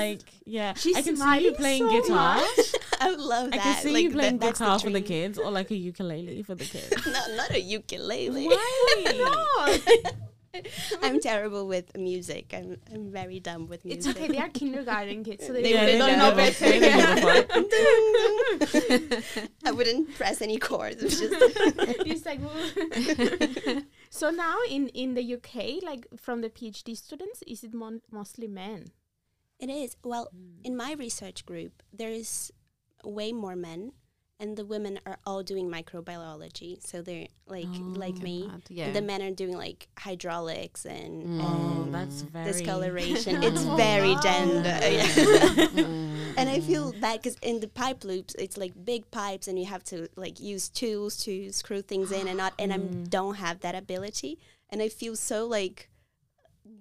C: Like, yeah.
E: She's
C: I can see you
E: smiling
C: playing
E: so
C: guitar.
F: I would love
C: I
F: that.
C: can see
F: like,
C: you playing
F: that- that's
C: guitar for the
F: dream.
C: kids or like a ukulele for the kids.
F: No, not a ukulele.
C: Why?
F: I'm terrible with music. I'm I'm very dumb with
E: It's
F: music.
E: okay. They are kindergarten kids, so they,
F: Yeah,
E: they
F: they
E: don't
F: don't
E: know
F: know.
E: better.
C: They don't give a fuck.
F: I wouldn't press any chords. It's just
E: It's like, so now in in the UK, like from the PhD students, is it mon- mostly men?
F: it is. Well, in my research group, there is way more men, and the women are all doing microbiology. So they're like
D: Oh,
F: like me.
D: Yeah.
F: The men are doing like hydraulics and,
D: Mm.
C: Oh,
F: and
C: that's very
F: Mm. discoloration. it's
D: Oh,
F: very
E: wow.
F: gender. Yeah.
D: Mm.
F: and I feel bad because in the pipe loops, it's like big pipes, and you have to like use tools to screw things in and not. And
D: Mm.
F: I don't have that ability, and I feel so like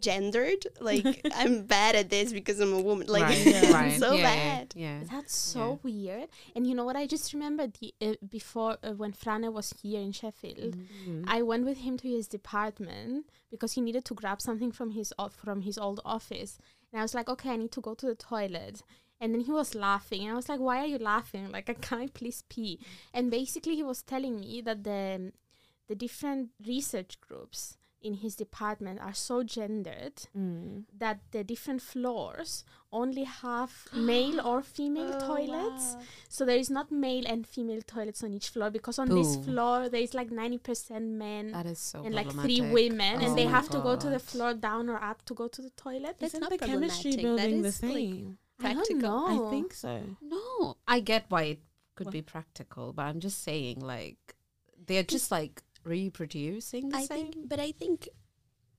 F: gendered. Like I'm bad at this because I'm a woman. Like
D: right.
F: it's
D: right.
F: so
D: yeah, yeah,
F: bad.
D: Yeah.
E: That's so weird. And you know what? I just remembered the uh, before uh, when Frane was here in Sheffield,
C: Mm.
E: I went with him to his department because he needed to grab something from his o- from his old office. And I was like, okay, I need to go to the toilet. And then he was laughing, and I was like, why are you laughing? Like, I can't I please pee. And basically, he was telling me that the the different research groups in his department are so gendered
C: Mm.
E: that the different floors only have male or female
F: Oh,
E: toilets. So there is not male and female toilets on each floor because on this
D: Boo.
E: floor there is like 90% men
D: That is so
E: and like three
D: problematic.
E: women
D: Oh
E: and they
D: my
E: have to go to the
D: God.
E: floor down or up to go to the toilet.
F: That's
C: Isn't
F: not
C: the chemistry
F: problematic. That
C: building the
F: is, like,
C: same?
E: I don't
F: practical.
E: know.
C: I think so.
D: No, I get why it could be practical, but I'm just saying, like, they're just like reproducing the
F: I
D: same.
F: think, but I think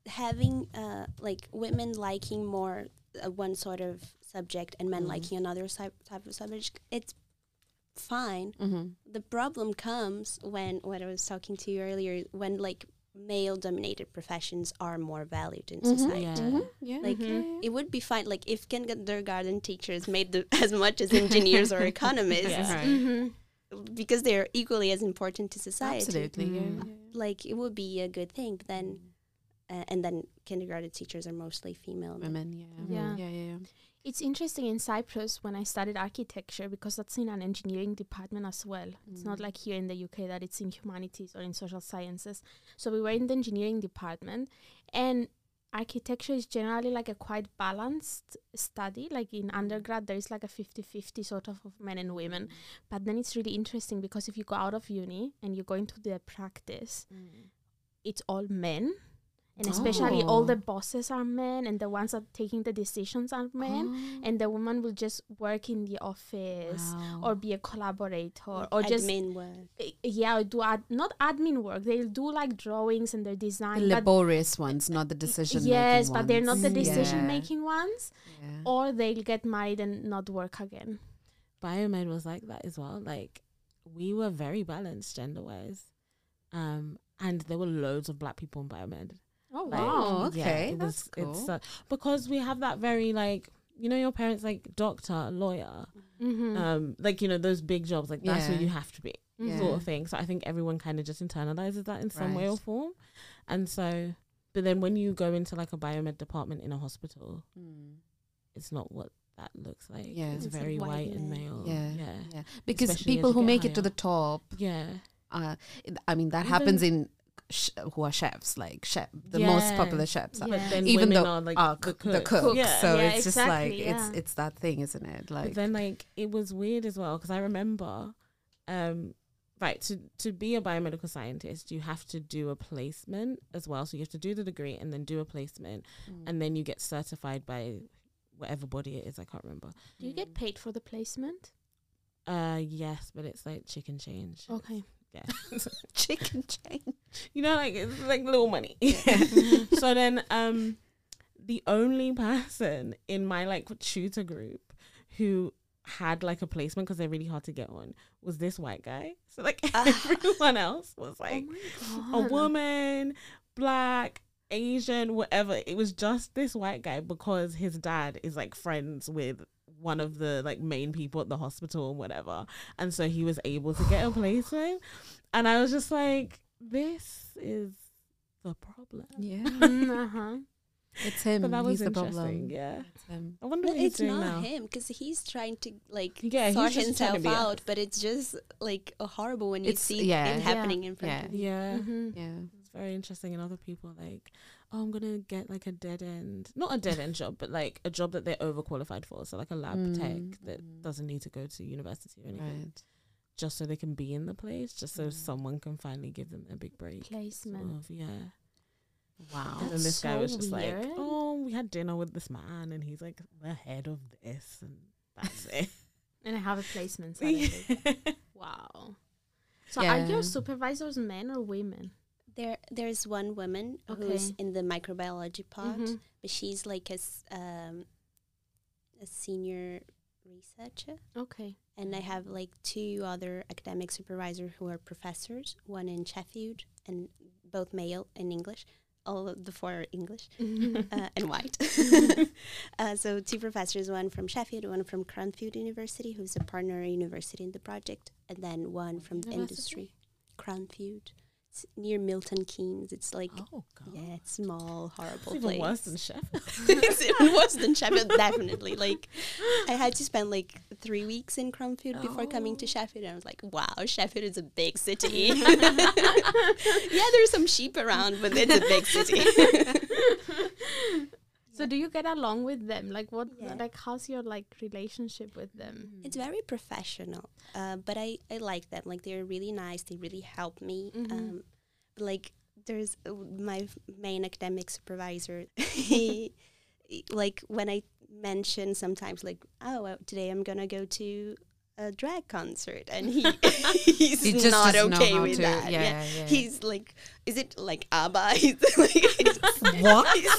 F: having uh, like women liking more uh, one sort of subject and men
D: Mhm.
F: liking another sub- type of subject, it's fine.
D: mm-hmm.
F: the problem comes when what I was talking to you earlier when like male dominated professions are more valued in
D: Mhm.
F: society.
C: Yeah.
D: Yeah.
F: Mm-hmm. Like,
D: yeah, yeah.
F: It would be fine like if kindergarten teachers made the, as much as engineers or economists
C: Yeah.
D: Right.
E: hmm
F: because they're equally as important to society. Mm-hmm.
D: Absolutely. yeah,
C: Mm.
D: yeah, yeah.
F: Like it would be a good thing, but then uh, and then kindergarten teachers are mostly female.
D: Women, yeah. Mm-hmm.
E: Yeah.
D: Yeah, yeah, yeah.
E: It's interesting in Cyprus when I studied architecture because that's in an engineering department as well. It's not like here in the UK that it's in humanities or in social sciences. So we were in the engineering department and architecture is generally like a quite balanced study like in undergrad there is like a 50-50 sort of of men and women but then it's really interesting because if you go out of uni and you go into the practice
D: Mm-hmm.
E: it's all men and especially all
D: Oh.
E: the bosses are men and the ones that taking the decisions are men
D: Oh.
E: and the woman will just work in the office or be a collaborator or just
F: admin work.
E: eh, yeah or do ad- not admin work they'll do like drawings and their
D: the
E: design but
D: laborious ones, not the decision making
E: yes but they're not the
C: ones.
E: decision making ones
D: Yeah.
E: or they'll get married and not work again
C: Biomed was like that as well. Like we were very balanced gender wise. Um and there were loads of black people in biomed.
E: oh
C: Like,
D: wow.
C: yeah,
D: okay,
C: it
D: that's
C: it's,
D: cool.
C: uh, because we have that very like you know your parents like doctor, lawyer,
F: Mm.
E: mm-hmm.
C: um, like you know those big jobs like that's where
D: Yeah.
C: you have to be
D: Yeah.
C: sort of thing. So I think everyone kind of just internalizes that in some way or
D: Right.
C: form, and so but then when you go into like a biomed department in a hospital,
D: Mm.
C: it's not what that looks like.
D: Yeah.
C: it's,
F: It's like
C: very
F: white
C: white and
F: men.
C: male.
D: Yeah.
C: yeah,
D: Yeah. Because
C: Especially as
D: people
C: you
D: who
C: get
D: make it to
C: higher.
D: the top
C: yeah.
D: uh, it- I mean, that
C: Even-
D: happens in sh- who are chefs, like chef, the most popular
C: Yes.
D: chefs. Are.
E: Yeah.
C: But then
D: Even
C: women
D: though
C: are like
D: are
C: the
D: cook,
C: cook.
D: the cooks,
C: Yeah.
D: so
E: Yeah,
D: it's
E: exactly,
D: just like it's
E: yeah.
D: it's that thing, isn't it? Like,
C: but then like it was weird as well because I remember, um, right to to be a biomedical scientist you have to do a
D: mm.
C: placement as well. So you have to do the degree and then do a placement, and then you get certified by whatever body it is. I can't remember.
E: Do you get paid for the placement?
C: Uh, yes, but it's like chicken change.
E: Okay.
C: Yeah.
D: chicken chain?
C: you know, like it's like little money. so then, um, the only person in my like tutor group who had like a placement because they're really hard to get on was this white guy. So like everyone else was like
E: Oh
C: a
E: my God.
C: woman, black, Asian, whatever. It was just this white guy because his dad is like friends with one of the like main people at the hospital and whatever. And so he was able to get a placement. And I was just like, this is the problem.
D: Yeah.
E: Mm, uh-huh.
D: It's him.
C: But that was
D: He's the
C: interesting.
D: problem.
C: Yeah.
D: It's him.
C: I wonder
F: But
C: what he's
F: it's
C: doing
F: not
C: now.
F: him because he's trying to like
C: Yeah, he's
F: sort
C: just trying to
F: himself
C: be
F: out,
C: us.
F: but it's just like a horrible when you
D: It's-
F: see
D: yeah.
F: it happening in front
D: Yeah.
F: of you.
C: Yeah.
E: Mhm.
D: Yeah.
C: It's very interesting. And other people are like, oh, I'm gonna get like a dead end, not a dead end job, but like a job that they're overqualified for. So like a lab
D: Mm,
C: tech that
D: mm.
C: doesn't need to go to university or anything,
D: Right.
C: just so they can be in the place, just so
D: Mm.
C: someone can finally give them a big break. sort
E: Placement.
C: of, yeah.
D: Wow.
C: and then this guy
E: so
C: was just like,
E: weird.
C: oh, we had dinner with this man, and he's like the head of this, and that's it.
E: And I have a placement suddenly. wow. So are
D: Yeah.
E: your supervisors men or women?
F: There, there's one woman who's
E: Okay.
F: in the microbiology part,
E: Mhm.
F: but she's like a s- um, a senior researcher,
E: Okay.
F: and I have like two other academic supervisors who are professors, one in Sheffield, and both male and English. All of the four are English uh, and white. uh, so two professors, one from Sheffield, one from Cranfield University, who's a partner university in the project, and then one from the industry, Cranfield. It's near Milton Keynes. It's like
C: oh god,
F: yeah, it's small, horrible
C: it's even
F: place.
C: worse than chef.
F: it's even worse than Sheffield, definitely. Like, I had to spend like three weeks in Crumfield before coming
C: Oh.
F: to Sheffield, and I was like, wow, Sheffield is a big city. yeah, there's some sheep around, but it's a big city.
E: So do you get along with them? Like what
F: Yeah.
E: like how's your like relationship with them?
F: it's
D: Mm-hmm.
F: very professional, uh, but I, I like them. Like, they're really nice, they really help me.
D: Mm-hmm.
F: Um, but, like, there's uh, my f- main academic supervisor. he, like, when I mention sometimes, like, oh, well, today I'm gonna go to a drag concert, and he he's
D: He just
F: not
D: doesn't know
F: okay
D: how
F: with
D: to-
F: that.
D: yeah,
F: Yeah,
D: yeah.
F: he's like, is it like ABBA? He's like, what? He's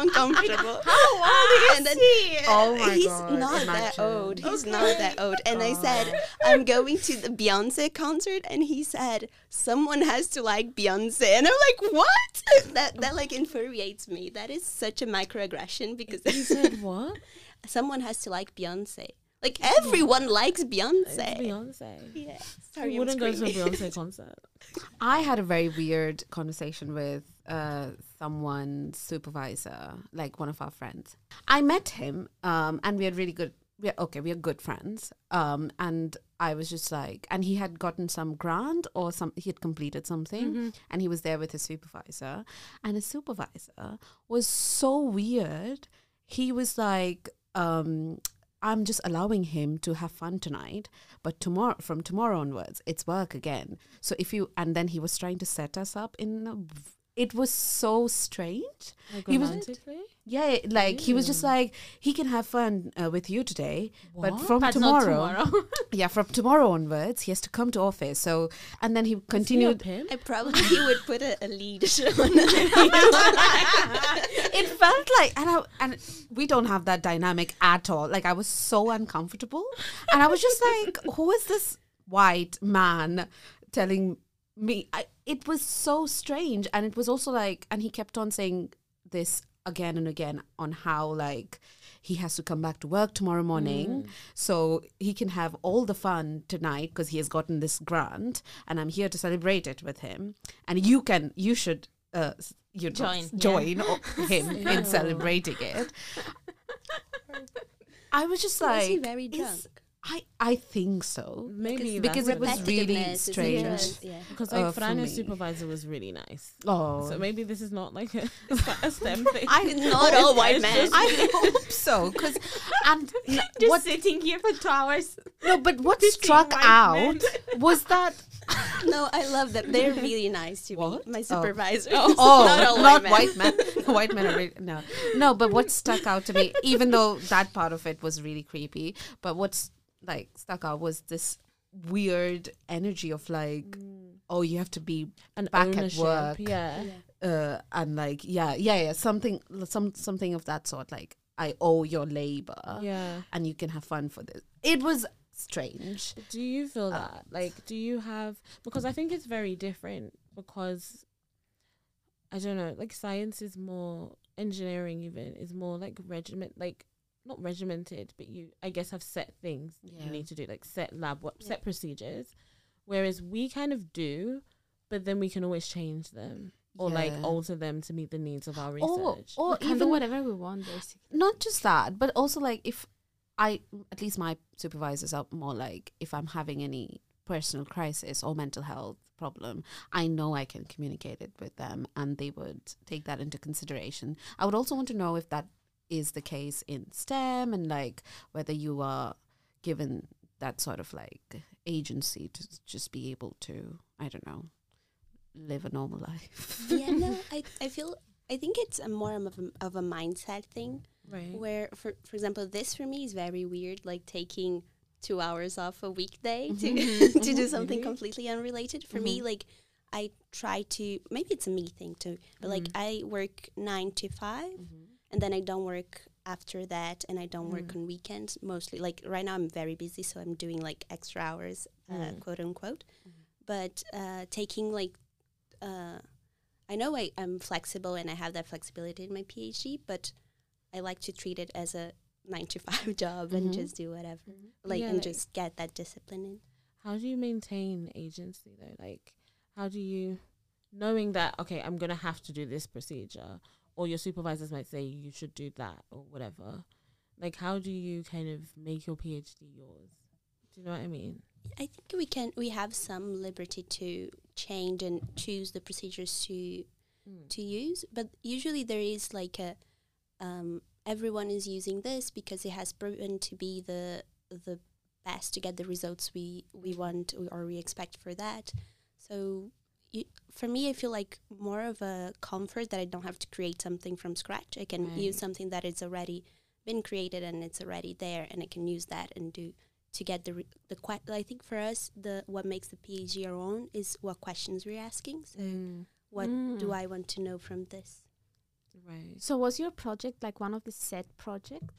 F: uncomfortable. How and then,
D: Oh my
F: he's
D: God,
F: not that
D: imagine.
F: old. He's not that old. And I said, I'm going to the Beyonce concert, and he said, someone has to like Beyonce, and I'm like, what? that that like infuriates me. That is such a microaggression because
C: He said what?
F: someone has to like Beyonce. Like everyone likes
C: It's
F: Beyonce.
C: Beyonce.
F: Yeah. Sorry,
C: Who
F: I'm
C: wouldn't go to a
F: screaming.
C: Beyonce concert?
D: I had a very weird conversation with uh, someone's supervisor, like one of our friends. I met him, um, and we are really good. We're okay. We are good friends. Um, and I was just like, and he had gotten some grant or some. He had completed something, and he was there with his supervisor, and his supervisor was so weird. He was like, um, I'm just allowing him to have fun tonight, but tomorrow, from tomorrow onwards, it's work again. So if you, and then he was trying to set us up in, a v- it was so strange.
C: Like
D: He was-
C: romantically?
D: Yeah, like he was just like, he can have fun uh, with you today, but from
E: But not
D: tomorrow,
E: tomorrow.
D: yeah, from tomorrow onwards, he has to come to office. So, and then he
C: He a
D: continued.
C: pimp?
F: I probably he would put a, a lead on
D: it felt like and I, and we don't have that dynamic at all like i was so uncomfortable and i was just like who is this white man telling me I, it was so strange and it was also like and he kept on saying this again and again on how like he has to come back to work tomorrow
C: Mm.
D: morning so he can have all the fun tonight because he has gotten this grant and i'm here to celebrate it with him and you can you should uh s- you know,
E: Join,
D: s-
E: yeah.
D: join o- him in celebrating it i was just
F: Was he
D: like
F: very
D: is-
F: drunk?
D: i i think so
C: Mm. Maybe
D: because
C: that's
D: it was
C: it.
D: really
F: Repetitiveness is
D: strange
F: because- Yeah.
C: Because like
D: uh, for
C: Fran's
D: me.
C: supervisor was really nice,
D: oh
C: so maybe this is not like a, it's not a STEM thing.
D: I
F: Not all white men.
D: I hope so, because and
E: Just
D: what
E: sitting here for two hours.
D: no, but what
E: Pissing
D: struck
E: white
D: out was that
F: no, I love them. They're really nice to
D: What?
F: me. My
D: Oh.
F: supervisor.
D: Oh,
F: not all
D: not white
F: white
D: men. white men are really, no, no. But what stuck out to me, even though that part of it was really creepy, but what's like stuck out was this weird energy of like,
C: Mm.
D: oh, you have to be
C: and
D: Back at
C: ownership.
D: work.
C: Yeah.
D: uh, and like, yeah, yeah, yeah, something, some something of that sort. Like, I owe your labor,
C: Yeah.
D: and you can have fun for this. It was strange.
C: Do you feel
D: Uh,
C: that? Like, do you have? Because I think it's very different. Because I don't know. Like, science is more engineering. Even is more like regiment. Like, not regimented, but you, I guess, have set things that
D: Yeah.
C: you need to do, like set lab, work,
F: Yeah.
C: set procedures. Whereas we kind of do, but then we can always change them or like
D: Yeah.
C: alter them to meet the needs of our
D: Or,
C: research.
D: or
E: we can do
D: even
E: whatever we want, basically.
D: not just that, but also like if I, at least my supervisors are more like if I'm having any personal crisis or mental health problem, I know I can communicate it with them and they would take that into consideration. I would also want to know if that is the case in STEM and like whether you are given that sort of like agency to just be able to, I don't know, live a normal life.
F: yeah, no, I, I feel, I think it's a more of a, of a mindset thing
D: Mm.
C: right.
F: where, for, for example, this for me is very weird, like taking two hours off a weekday to,
D: Mm-hmm.
F: to do something completely unrelated. For me, like, I try to, maybe it's a me thing too, but like,
D: Mm-hmm.
F: I work nine to 5 and then I don't work after that and I don't work on weekends mostly. Like, right now I'm very busy, so I'm doing like extra hours, uh, quote unquote. But uh, taking like, uh, I know I, I'm flexible and I have that flexibility in my PhD, but I like to treat it as a nine to five job and just do whatever, like
C: Yeah,
F: and
C: like-
F: just get that discipline in.
C: how do you maintain agency though like how do you knowing that okay i'm gonna have to do this procedure or your supervisors might say you should do that or whatever like how do you kind of make your phd yours do you know what i mean
F: I think we can we have some liberty to change and choose the procedures to to use, but usually there is like a um, everyone is using this because it has proven to be the the best to get the results we we want or we expect for that. So you, for me, I feel like more of a comfort that I don't have to create something from scratch. I can use something that is already been created and it's already there, and I can use that and do to get the re- the que- I think for us the what makes the PhD our own is what questions we're asking. So
C: Mm.
F: what do I want to know from this?
C: right
E: So was your project like one of the set projects?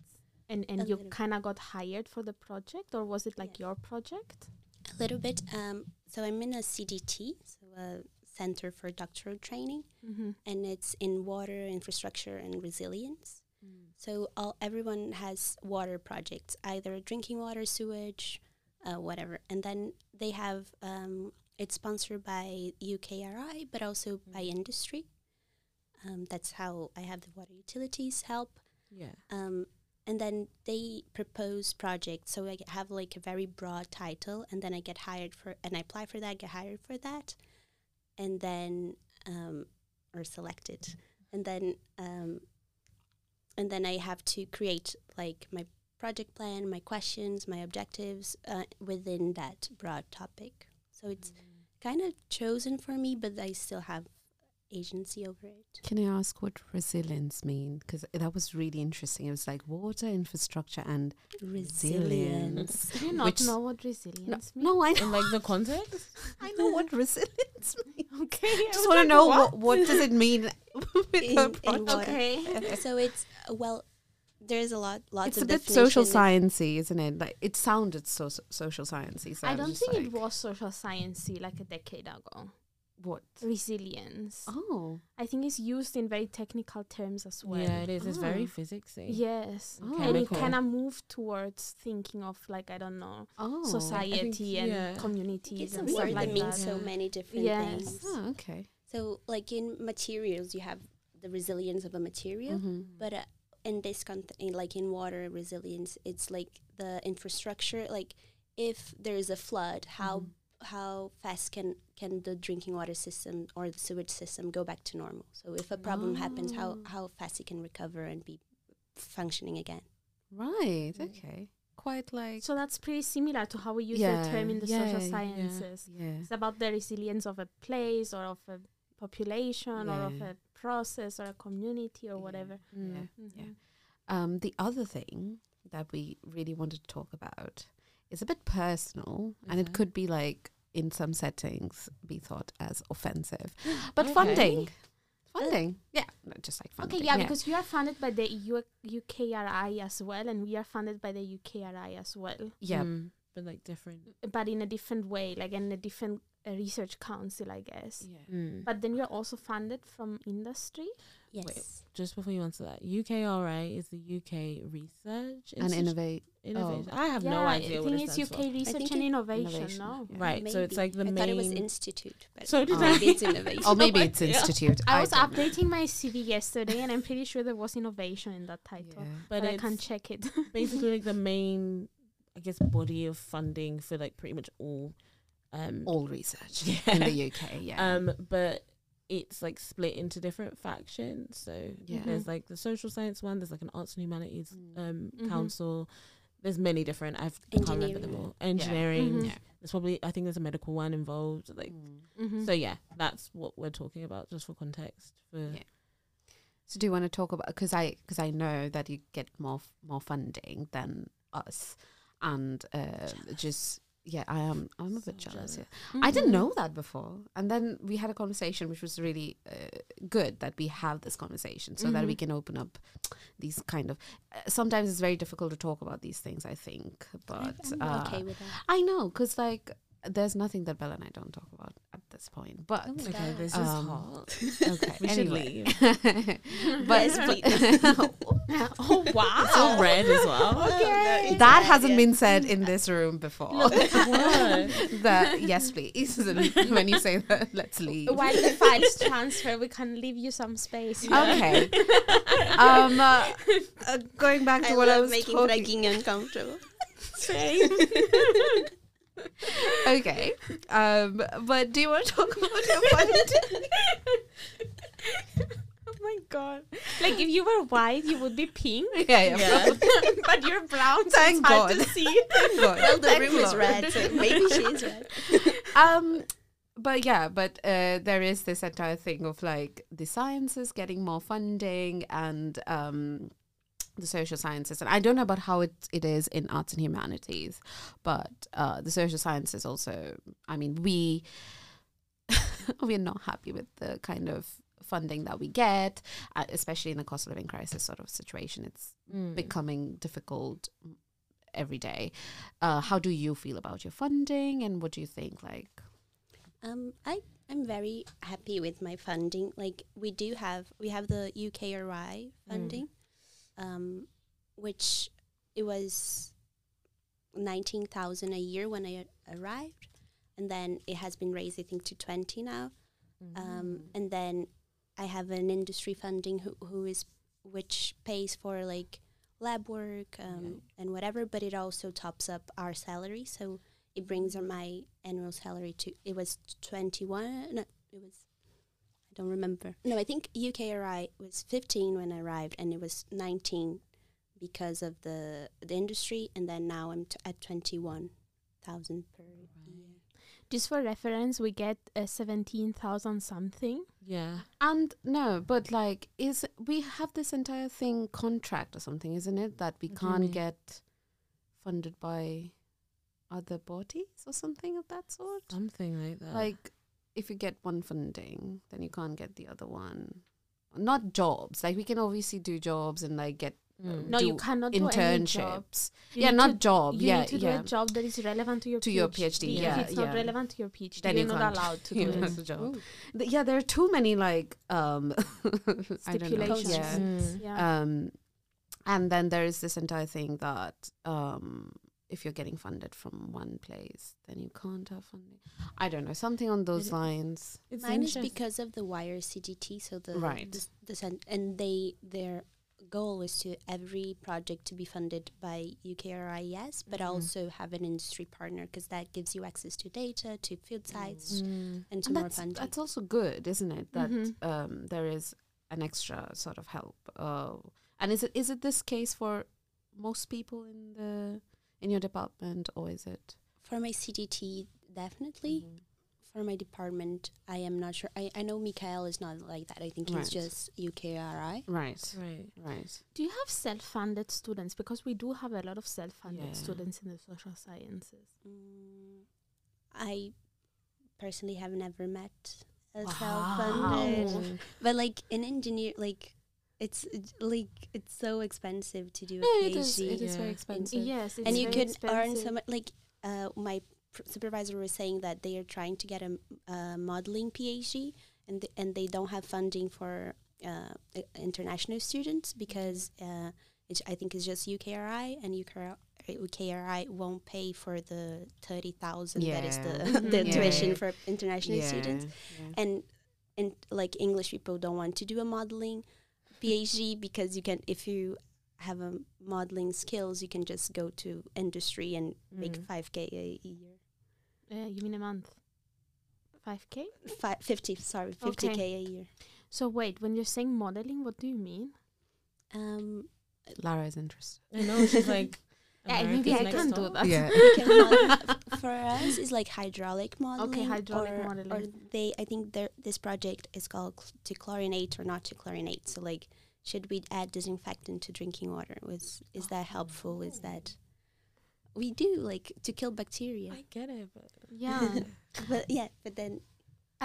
E: And,
F: A
E: and you
F: little bit.
E: kind of got hired for the project, or was it like your project?
F: A little bit. Um, so I'm in a CDT, so a Center for Doctoral Training, and it's in water infrastructure and resilience. So all everyone has water projects, either drinking water, sewage, uh, whatever, and then they have. Um, it's sponsored by UKRI, but also by industry. Um, that's how I have the water utilities help.
C: yeah
F: um, and then they propose projects. So I g- have like a very broad title, and then I get hired for, and I apply for that, get hired for that, and then um, or selected, and then um, and then I have to create like my project plan, my questions, my objectives uh, within that broad topic. So it's kind of chosen for me, but I still have agency over it.
D: Can I ask what resilience mean? Because that was really interesting. It was like water infrastructure and resilience.
E: Do you not
D: Which-
E: know what resilience means?
D: No, I know.
C: in like the context
D: I know what resilience means.
E: Okay.
D: I just want to know what? what does it mean with
F: In-
D: her
F: in
D: project.
F: water.
E: Okay.
F: so it's uh, well there's a lot lots
D: It's
F: of
D: a bit social
F: definition.
D: sciencey, isn't it? Like it sounded so so- social sciencey. So
E: I
D: was
E: don't
D: just
E: think it
D: like,
E: was social sciencey like a decade ago.
D: What?
E: Resilience.
D: Oh,
E: I think it's used in very technical terms as well.
C: yeah it is it's very
D: Ah.
C: physicsy
E: Yes.
D: Oh.
E: And it
C: Chemical.
E: kind of moved towards thinking of like I don't know
D: oh,
E: society
C: yeah.
E: and communities
F: it's a
E: and
F: word
E: stuff
F: that
E: like
F: means
E: that.
F: so
C: Yeah.
F: many different
E: Yes.
F: things
D: Oh, okay.
F: so like in materials you have the resilience of a material
D: Mm-hmm.
F: but uh, in this cont- in, like in water resilience it's like the infrastructure like if there's a flood how
D: Mm-hmm.
F: how fast can can the drinking water system or the sewage system go back to normal so if a problem happens
D: Ah.
F: how how fast it can recover and be functioning again
D: Right. Okay. quite like
E: So that's pretty similar to how we use the
D: Yeah,
E: term in the
D: yeah,
E: social
D: yeah.
E: sciences.
D: yeah
E: It's about the resilience of a place or of a population or of
D: Yeah.
E: a process or a community or whatever.
D: Mm.
C: Yeah.
D: Yeah.
E: Mhm.
D: Um, the other thing that we really wanted to talk about is a bit personal, and it
C: Mhm.
D: could be like in some settings be thought as offensive, but funding,
C: Uh,
D: funding, yeah, no, just like funding.
E: Okay, yeah, because we are funded by the EU, UKRI as well, and we are funded by the UKRI as well,
D: yeah,
C: Mm, but like different.
E: but in a different way, like in a different uh, research council, I guess.
C: Yeah.
D: Mm.
E: But then you're also funded from industry.
F: Yes.
C: Just before you answer that, UKRI is the UK Research
D: and
C: Institute-
D: innovate.
C: Innovation. I have no idea
E: I
C: what
E: think
C: it
E: it's
C: stands
E: UK
C: for.
E: research
F: think
E: and
F: it-
E: innovation,
D: Innovation,
E: no?
D: yeah.
C: Right. So it's like the
F: I
C: main.
F: thought it was institute, but
C: So did
D: Oh.
C: I.
F: maybe it's innovation.
D: Or maybe
C: No
D: it's
C: idea.
D: institute.
E: I was
D: don't know.
E: updating my CV yesterday, and I'm pretty sure there was innovation in that title,
D: Yeah.
E: but,
C: But
E: I can't
C: it's
E: check it.
C: basically like the main, I guess, body of funding for like pretty much all. Um,
D: All research
C: Yeah.
D: in the UK. Yeah,
C: um, but it's like split into different factions. So
D: yeah.
C: there's like the social science one. There's like an arts and humanities
D: Mm.
C: um,
E: Mhm.
C: council. There's many different. I've I can't remember them
F: Engineering.
C: all. Engineering.
E: Mhm.
D: Yeah.
C: There's probably I think there's a medical one involved. Like
D: Mm-hmm. Mm.
E: Mhm.
C: so, yeah. That's what we're talking about, just for context. For
D: Yeah. So do you want to talk about because I because I know that you get more f- more funding than us, and uh, just yeah, I am I'm a bit
C: So
D: jealous.
C: jealous.
D: Yeah.
C: Mm-hmm.
D: I didn't
E: Mhm.
D: know that before, and then we had a conversation which was really uh, good that we have this conversation so that
C: Mm-hmm.
D: we
E: Mhm.
D: can open up these kind of. Uh, sometimes it's very difficult to talk about these things. I think, but
F: I'm
D: uh,
F: okay with that.
D: I know because like there's nothing that Bella and I don't talk about at this point, but.
F: Oh my
C: Okay,
F: God.
C: this is
D: Um,
C: hot.
D: Okay,
C: Oh, We
D: anyway.
C: should
F: Let's
D: but
C: oh wow, it's all red as well.
F: Okay.
D: that hasn't been said in this room before.
C: What?
D: that yes, please. And when you say that, let's leave.
E: While the files transfer, we can leave you some space.
D: Okay. um, uh, uh, going back to
F: I
D: what I
F: love
D: was
F: making
D: talking.
F: bragging uncomfortable.
D: Okay. Um, but do you want to talk about your fund?
E: Oh my god! Like if you were white, you would be pink,
D: yeah, yeah.
C: Yeah.
E: but you're brown. so
D: Thank
E: it's hard to
D: God.
E: see.
D: Thank God.
F: Well, the
D: Thank
F: room is
D: Lord.
F: red, so maybe she is red.
D: um but yeah but uh, there is this entire thing of like the sciences getting more funding and um the social sciences and i don't know about how it, it is in arts and humanities but uh, the social sciences also i mean we we're not happy with the kind of funding that we get uh, especially in a cost of living crisis sort of situation it's
C: Mm.
D: becoming difficult every day. Uh, how do you feel about your funding, and what do you think? Like,
F: Um, I I'm very happy with my funding. Like we do have we have the UKRI funding, um, which it was nineteen thousand a year when I a- arrived, and then it has been raised I think to twenty now.
C: Uh,
F: Um, and then I have an industry funding who, who is which pays for like lab work um, and whatever, but it also tops up our salary. So it brings up my annual salary to it was 21 no, it was i don't remember no i think ukri was 15 when i arrived and it was 19 because of the the industry and then now i'm t- at 21000 per year
E: Just for reference, we get uh, seventeen thousand something.
C: yeah.
D: and no, but like, is we have this entire thing contract or something, isn't it? That
C: What do
D: we
C: you
D: can't
C: mean?
D: get funded by other bodies or something of that sort.
C: Something like
E: Ah.
C: that.
D: Like, if you get one funding, then you can't get the other one. Not jobs. Like, we can obviously do jobs and like get
C: Mm.
E: No, you
D: Do
E: cannot do any job.
D: internships.
E: You
D: yeah,
E: need
D: not
E: to-
D: job.
E: You
D: yeah,
E: need to
D: yeah.
E: do a job that is relevant to your
D: To
E: PhD.
D: your PhD,
E: If
C: yeah,
E: it's not
D: yeah.
E: relevant to your PhD,
D: Then
E: you're
D: you
E: not
D: can't.
E: allowed to
D: You
E: do
D: know,
E: it.
D: it's a job. Th- yeah there are too many like um I don't know.
E: Stipulations.
D: Yeah.
C: Mm.
E: Yeah.
D: um and then there is this entire thing that um if you're getting funded from one place then you can't have funding i don't know something on those
C: Is it-
D: lines
C: It's
F: Mine is
C: interesting.
F: because of the wire CGT, so the
D: Right.
F: the, s- the cent- and they their goal is to every project to be funded by UKRIS, E but
C: Mhm.
F: also have an industry partner because that gives you access to data, to field sites,
C: Mm.
F: and to
D: and
F: more
D: that's,
F: funding.
D: that's also good isn't it that
E: Mhm.
D: um there is an extra sort of help uh, and is it is it this case for most people in the in your department, or is it?
F: For my CDT,
C: Mm-hmm.
F: definitely. For my department, I am not sure. I, I know Mikael is not like that. I think
D: Right.
F: he's just UKRI.
D: Right,
C: Right.
D: right.
E: Do you have self-funded students? Because we do have a lot of self-funded
D: Yeah.
E: students in the social sciences.
F: Mm, I personally have never met a
E: Wow.
F: self-funded, but like an engineer, like it's it- like it's so expensive to do a PhD.
D: it is. It is
C: yeah.
D: very
C: And-
D: expensive.
E: Yes, it's
F: and you
E: very
F: could earn so
E: expensive.
F: much. Like uh, my pr- supervisor was saying that they are trying to get a, m- a modeling PhD, and th- and they don't have funding for uh, i- international students because uh, it's, I think it's just UKRI and UKRI. UKRI won't pay for the thirty thousand that is
D: Yeah.
F: the, the
D: Mhm. Yeah.
F: tuition for international
D: Yeah,
F: students,
D: yeah.
F: and and like English people don't want to do a modeling PhD because you can if you have a modeling skills you can just go to industry and make
D: Mm.
F: 5k a year
E: Uh, you mean a month? 5k?
F: Fi 50 sorry 50k a year
E: So wait, when you're saying modeling, what do you mean?
F: um
D: Lara is interested.
C: I know she's like.
E: Yeah,
C: America's
E: maybe I
C: Next
E: can
C: Top.
E: do that.
D: Yeah.
F: we can model- for us it's like hydraulic modeling
E: hydraulic
F: or, or
E: modeling.
F: they i think their- this project is called cl- to chlorinate or not to chlorinate so like should we add disinfectant to drinking water was is that helpful is that we do like to kill bacteria
C: I get it, but
E: Yeah.
F: but yeah but then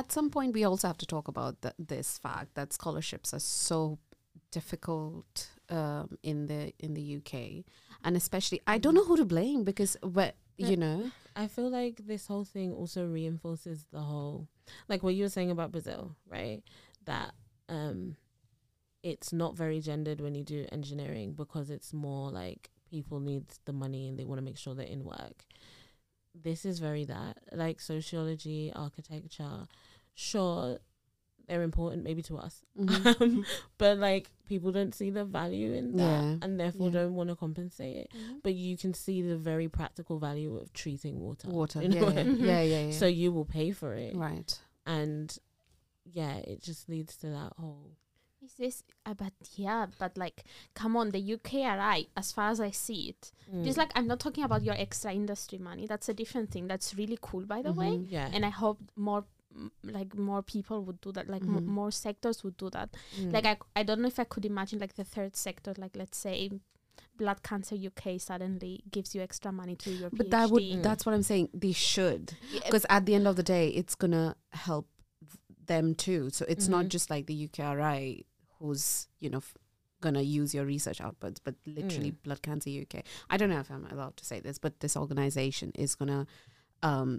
D: At some point, we also have to talk about th- this fact that scholarships are so difficult um, in the in the UK, and especially I don't know who to blame because where you know
C: I feel like this whole thing also reinforces the whole, like what you were saying about Brazil, right? That um, it's not very gendered when you do engineering because it's more like people need the money and they want to make sure they're in work. This is very that, like sociology, architecture, sure, they're important maybe to us,
D: Mhm.
C: um, but like people don't see the value in that
D: Yeah.
C: and therefore
D: Yeah. Mm-hmm.
C: don't want to compensate it but you can see the very practical value of treating water
D: water.
C: you know
D: Yeah,
C: what I
D: yeah,
C: mean?
D: yeah, yeah, yeah.
C: so you will pay for it
D: right.
C: and yeah it just leads to that whole
E: Is this? Uh, but yeah, but like, come on, the UKRI, as far as I see it,
D: Mm.
E: just like I'm not talking about your extra industry money. That's a different thing. That's really cool, by the way.
D: Mhm.
C: mm-hmm. yeah
E: And I hope more, mm, like more people would do that. Like mo-
D: Mhm.
E: more sectors would do that.
C: Mm.
E: Like I, c- I don't know if I could imagine like the third sector. Like let's say, blood cancer UK suddenly gives you extra money to your
D: But
E: PhD.
D: that would
C: PhD.
D: that's what I'm saying. They should
E: Yeah,
D: because at the end of the day, it's gonna help th- them too. So it's not
C: Mhm.
D: just like the UKRI who's you know f- gonna use your research outputs, but literally
C: Mm.
D: Blood Cancer UK. I don't know if I'm allowed to say this, but this organization is gonna um,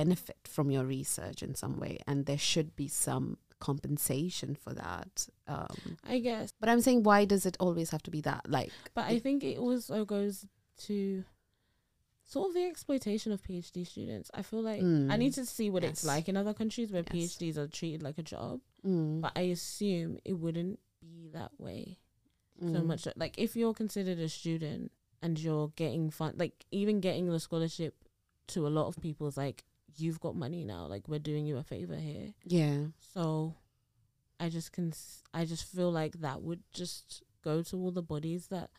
D: benefit from your research in some way, and there should be some compensation for that. Um,
C: i guess
D: but I'm saying, why does it always have to be that? Like,
C: but i think it also goes to sort of the exploitation of phd students i feel like i
D: Mm.
C: need to see what
D: Yes.
C: it's like in other countries where
D: Yes.
C: phds are treated like a job
D: mm,
C: but i assume it wouldn't be that way so
D: mm.
C: much that, like if you're considered a student and you're getting fun like even getting the scholarship to a lot of people is like you've got money now like we're doing you a favor here
D: Yeah.
C: so i just can i just feel like that would just go to all the bodies that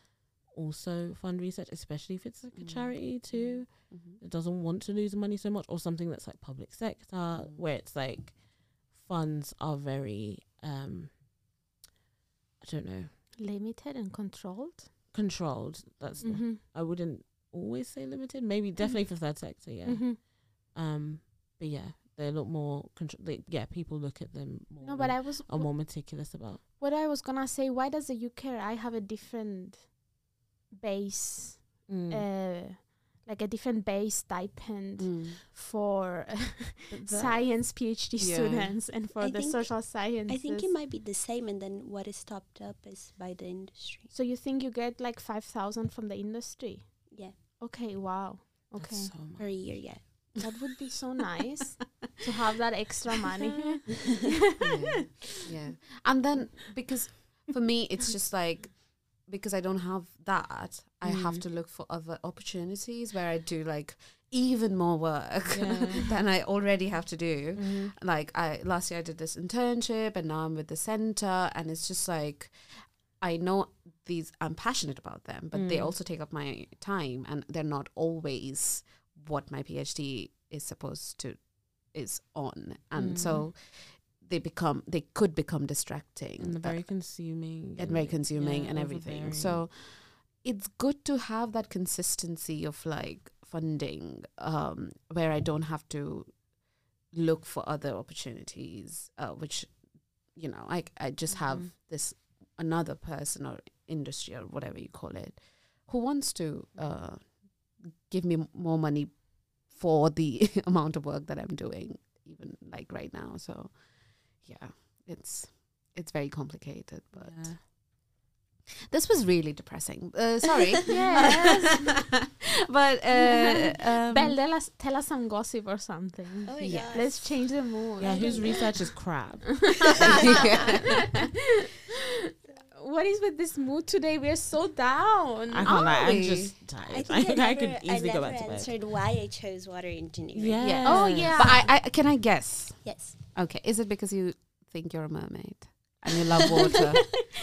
C: also fund research especially if it's like a
D: Mm.
C: charity too
D: Mhm.
C: that doesn't want to lose money so much or something that's like public sector
D: Mm.
C: where it's like funds are very um i don't know
E: limited and controlled.
C: controlled that's the
E: Mhm.
C: I wouldn't always say limited. Maybe definitely for third sector, yeah.
E: Mhm.
C: Um, but yeah, they look more control. They, yeah, people look at them more.
E: No, but
C: and
E: I was
C: are
D: Oh,
C: more meticulous about.
E: what I was gonna say, why does the UKRI have a different base,
F: Mm.
C: Mm,
E: uh, like a different base stipend
D: Mm.
E: for
C: But that-
E: science PhD
D: Yeah.
E: students and for
F: I
E: the
F: think-
E: social sciences?
F: I think it might be the same, and then what is topped up is by the industry.
E: So you think you get like five thousand from the industry?
F: Yeah,
E: Okay, wow.
C: that's
E: Okay,
C: so much.
F: per year. Yeah,
E: that would be so nice to have that extra money.
D: yeah. yeah. And then because for me it's just like because I don't have that, I have
C: Mm.
D: to look for other opportunities where I do like even more work than I already have to do.
C: Mhm.
D: Like I last year I did this internship and now I'm with the center and it's just like I know these I'm passionate about them, but they
C: Mm.
D: also take up my time and they're not always what my PhD is supposed to is on. And
C: Mm.
D: so they become they could become distracting.
C: and the
D: Uh,
C: Mm, very consuming
D: and very consuming
C: yeah,
D: and everything.
C: overbearing.
D: So it's good to have that consistency of like funding um, where I don't have to look for other opportunities, uh, which, you know, I, I just have
C: Mhm.
D: this another person or industry or whatever you call it who wants to uh, give me m- more money for the amount of work that I'm doing, even like right now. So yeah, it's it's very complicated, but
C: Yeah.
D: this was really depressing. Uh, sorry.
E: Yes.
D: but uh, um,
E: Belle, tell us, tell us some gossip or something.
F: Oh,
D: Yeah.
E: Let's change the mood.
C: yeah, whose research is crap?
E: what is with this mood today? We are so down.
C: I can't lie, I'm
D: Are
C: just
F: I
C: tired. I,
F: think I,
C: I
F: never,
C: could easily
F: I
C: go
F: never
C: back to bed.
F: answered why I chose water engineering.
C: Yeah.
D: Yeah.
E: Oh, yeah.
D: But I, I can I guess.
F: Yes.
D: Okay, is it because you think you're a mermaid and you love water?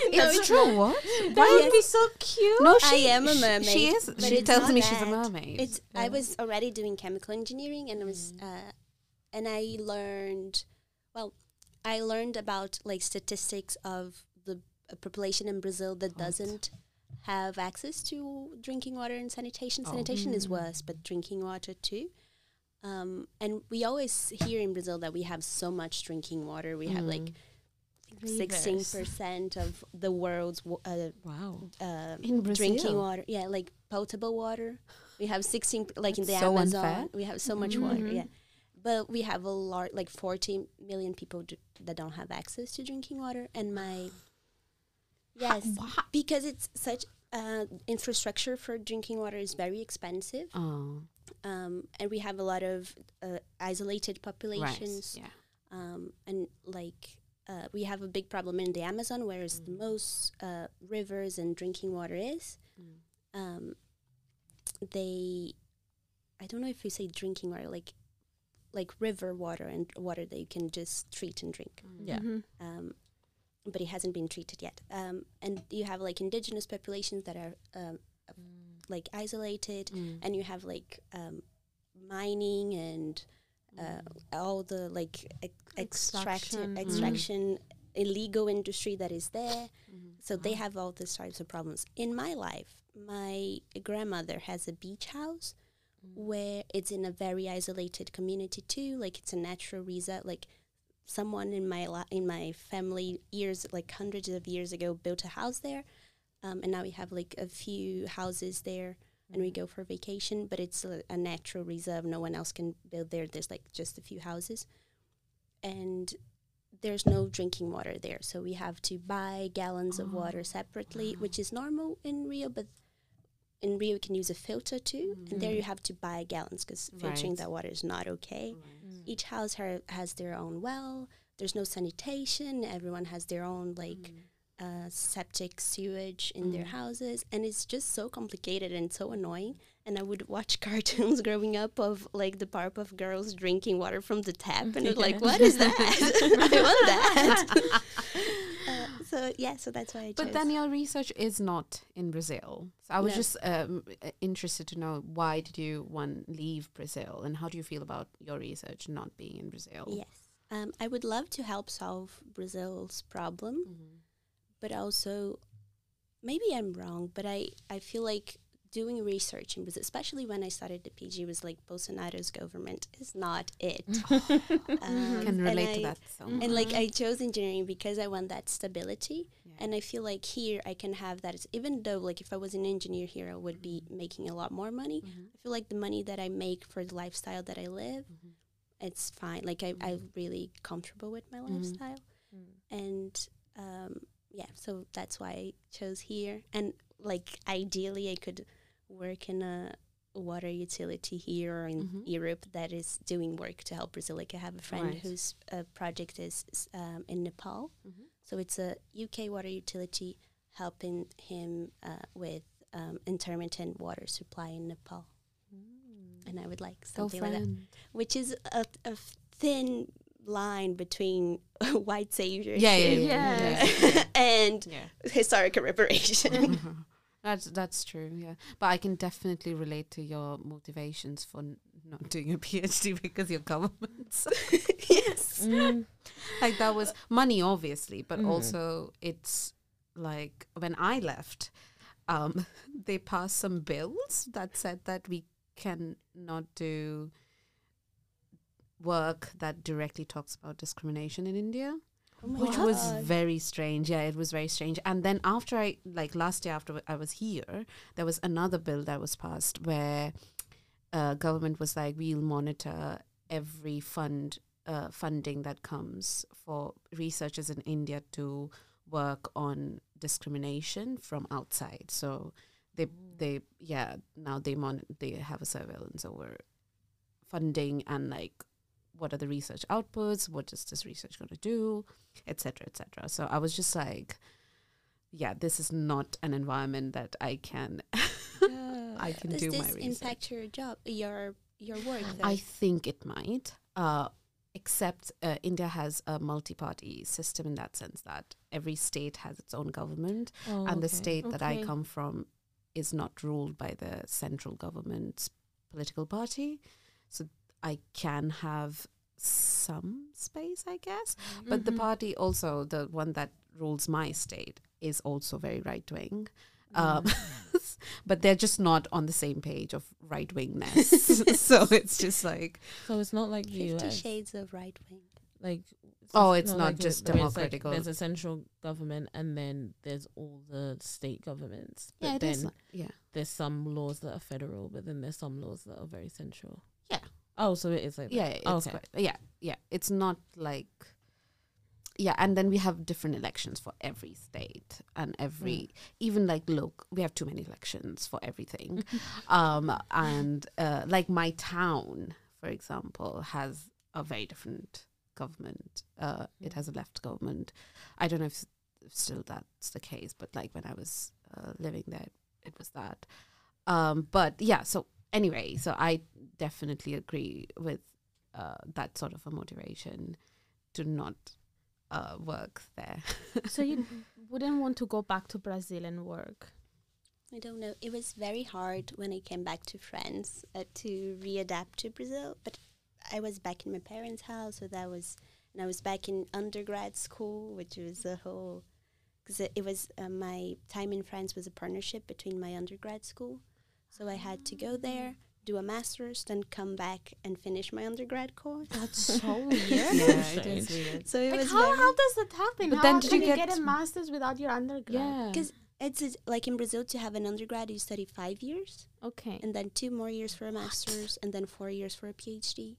D: it's true. What?
E: that
F: Why
E: would
F: is-
E: be so cute.
D: No,
F: I am a
D: sh- She
F: mermaid,
D: is.
F: but
D: She
F: it's
D: tells
F: not
D: me she's a
F: that.
D: mermaid.
F: It's I was already doing chemical engineering and I was uh, and I learned well, I learned about like statistics of the uh, population in Brazil that doesn't have access to drinking water and sanitation.
D: Oh.
F: Sanitation is worse, but drinking water too. Um, and we always hear in Brazil that we have so much drinking water. We have like sixteen percent of the world's wa- uh,
C: Wow.
F: um,
D: In Brazil?
F: drinking water. Yeah, like potable water. We have 16, p- like in the
D: That's so
F: Amazon.
D: unfair.
F: We have so much water. Yeah. But we have a lot, like 40 million people d- that don't have access to drinking water. And my, yes,
E: Wow.
F: because it's such uh, infrastructure for drinking water is very expensive.
D: Oh,
F: Um, and we have a lot of uh, isolated
D: right.
F: populations
D: Yeah.
F: um, and like uh, we have a big problem in the Amazon, where is the
D: Mm.
F: most uh, rivers and drinking water is. Um, they, I don't know if you say drinking water, like like river water and water that you can just treat and drink,
C: Yeah.
E: Mhm.
F: um, but it hasn't been treated yet. Um, and you have like indigenous populations that are um, like isolated,
D: Mm.
F: and you have like um, mining and uh, all the like ex-
E: Extraction.
F: extraction,
E: Mm.
F: extraction illegal industry that is there.
D: Mm-hmm.
F: So they have all these types of problems. In my life, my grandmother has a beach house where it's in a very isolated community too. Like it's a natural reserve. Like someone in my li in my family years, like hundreds of years ago, built a house there, um, and now we have like a few houses there. And we go for vacation, but it's a, a natural reserve. No one else can build there. There's like just a few houses, and there's no drinking water there. So we have to buy gallons of water separately, which is normal in Rio, but in Rio you can use a filter too, and there you have to buy gallons because filtering
D: Right. Mm.
F: that water is not okay. Each house ha- has their own well. There's no sanitation. Everyone has their own like
D: Mm-hmm. Mm.
F: uh, septic sewage in their houses, and it's just so complicated and so annoying. And I would watch cartoons growing up of like the Powerpuff Girls drinking water from the tap, and I'm like, what is that? I want that. uh, so yeah, so that's why I chose.
D: But then your research is not in Brazil. So I was
F: No.
D: just um, uh, interested to know why did you one leave Brazil and how do you feel about your research not being in Brazil?
F: Yes. Um, I would love to help solve Brazil's problem,
D: Mm-hmm.
F: but also, maybe I'm wrong, but I, I feel like doing research in Brazil, especially when I started the PG, was like Bolsonaro's government is not it.
E: Mm-hmm.
F: Um,
D: Can
F: and
D: relate to
F: I-
D: that so much.
F: and like I chose engineering because I want that stability, and I feel like here I can have that. It's- Even though, like, if I was an engineer here, I would be making a lot more money. I feel like the money that I make for the lifestyle that I live, it's fine. Like I, I'm really comfortable with my lifestyle,
E: Mm-hmm.
F: and um, yeah, so that's why I chose here. And like, ideally, I could work in a water utility here or in
D: Mm-hmm.
F: Europe that is doing work to help Brazil. Like I have a friend
C: Right.
F: whose uh, project is s- um, in Nepal,
D: Mm-hmm.
F: so it's a UK water utility helping him uh, with um, intermittent water supply in Nepal.
E: Mm-hmm.
F: And I would like
D: Go
F: something like that,
D: friend.
F: which is a, a thin line between white savior
D: Yeah, yeah,
E: yeah.
F: and
D: yeah.
F: historical reparation.
D: Mhm. that's that's true. Yeah, but I can definitely relate to your motivations for n- not doing a PhD because your governments
F: yes.
D: like that was money, obviously, but
C: Mhm.
D: also it's like when I left, um, they passed some bills that said that we can not do work that directly talks about discrimination in India
F: Mm-hmm.
D: which was very strange yeah it was very strange and then after i like last year after i was here there was another bill that was passed where uh, government was like we'll monitor every fund uh, funding that comes for researchers in india to work on discrimination from outside so they they yeah now they mon- they have a surveillance over funding and like what are the research outputs what is this research going to do etc cetera, etc cetera. so i was just like yeah this is not an environment that i can i can
F: Does
D: do
F: this
D: my research
F: impact your job, your your work? Though?
D: i think it might uh except uh, india has a multi-party system in that sense that every state has its own government
C: Oh,
D: and the
C: okay.
D: state that i
E: Okay.
D: come from is not ruled by the central government's political party so i can have some space i guess but
E: Mm-hmm.
D: the party also the one that rules my state is also very right wing um,
C: Mm-hmm.
D: but they're just not on the same page of right wingness so it's just like
C: So it's not like the
F: Fifty
C: US.
F: Shades of Right Wing.
C: Like
D: Oh, it's not
C: like
D: just
C: where it's like
D: democratical.
C: there's a central government and then there's all the state governments. But
D: yeah it
C: then
D: is like- yeah
C: there's some laws that are federal, but then there's some laws that are very central.
D: Yeah.
C: Oh, so it is like that.
D: yeah it's
C: okay.
D: quite- yeah yeah it's not like yeah and then we have different elections for every state and every even like look we have too many elections for everything um and uh, like my town for example has a very different government uh it has a left government i don't know if, s- if still that's the case but like when i was uh, living there it was that um but yeah so anyway so i definitely agree with uh, that sort of a motivation to not uh, work there.
E: so you wouldn't want to go back to Brazil and work.
F: I don't know. It was very hard when I came back to France uh, to readapt to Brazil, but I was back in my parents' house, so that was, and I was back in undergrad school, which was a whole, because it, it was uh, my time in France was a partnership between my undergrad school, so I had to go there, do a master's, then come back and finish my undergrad course.
E: That's so weird.
C: Yeah, it is
D: is weird.
F: So it
E: Like
F: was
E: how,
F: very-
E: how does that happen?
D: But
E: how
D: then did
E: can
D: you
E: you
D: get-
E: get, a master's without your undergrad?
D: Yeah.
F: 'Cause- it's it's like in Brazil to have an undergrad you study five years.
E: Okay.
F: and then two more years for a master's and then four years for a phd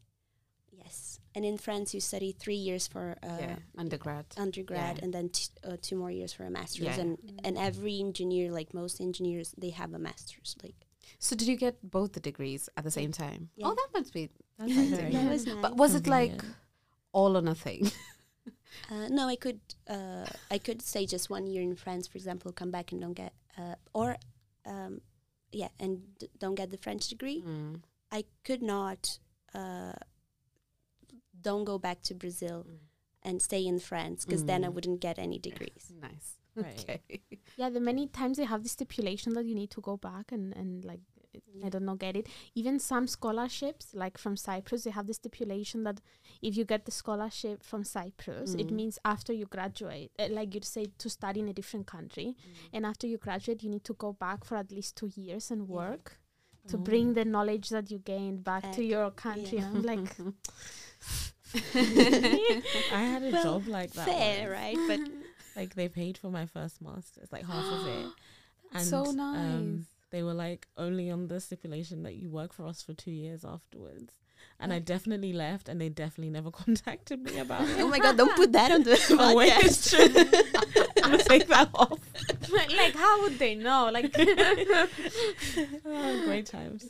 F: yes and in france you study three years for uh,
D: yeah, undergrad.
F: undergrad
D: Yeah.
F: and then t- uh, two more years for a master's
D: Yeah.
F: and and every engineer like most engineers they have a master's like
D: So did you get both the degrees at the same time?
F: Yeah.
D: Oh, that must be.
C: That's
D: Yeah.
C: very
D: Yeah.
F: that
C: nice.
F: was nice
D: But was it like
C: Convenient.
D: all or nothing?
F: uh, no i could uh, i could stay just one year in france for example come back and don't get uh, or um, yeah and d- don't get the french degree
D: Mm.
F: I could not uh, don't go back to Brazil
D: Mm.
F: and stay in France because then I
D: Mm.
F: wouldn't get any degrees.
D: Nice.
C: Right.
D: Okay.
E: Yeah, the many times they have the stipulation that you need to go back and, and like I don't know, get it. Even some scholarships, like from Cyprus, they have the stipulation that if you get the scholarship from Cyprus, it
D: Mm.
E: means after you graduate, uh, like you'd say to study in a different country, and after you graduate, you need to go back for at least two years and
F: Yeah.
E: work to
C: Oh.
E: bring the knowledge that you gained back to
F: Back,
E: your country.
F: yeah.
E: And I'm like,
C: I had a
F: Well,
C: job like that.
F: Fair,
C: once.
F: right? But
C: Like they paid for my first master's, like half of it. um,
D: That's so nice.
C: they were like only on the stipulation that you work for us for two years afterwards. And I definitely left, and they definitely never contacted me about it.
F: oh my god, don't put that on the
C: Oh, wait, it's
F: podcast.
C: true. I'm gonna take that off.
E: like how would they know? Like,
C: Oh, great times.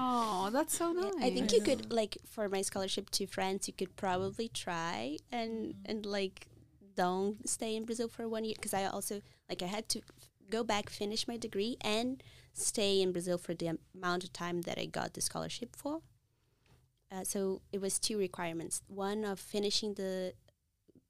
D: oh, that's so
F: Yeah,
D: nice.
F: I think you could like for my scholarship to France, you could probably try and and like don't stay in Brazil for one year because I also like I had to f- go back, finish my degree, and stay in Brazil for the am- amount of time that I got the scholarship for. Uh, so it was two requirements. One of finishing the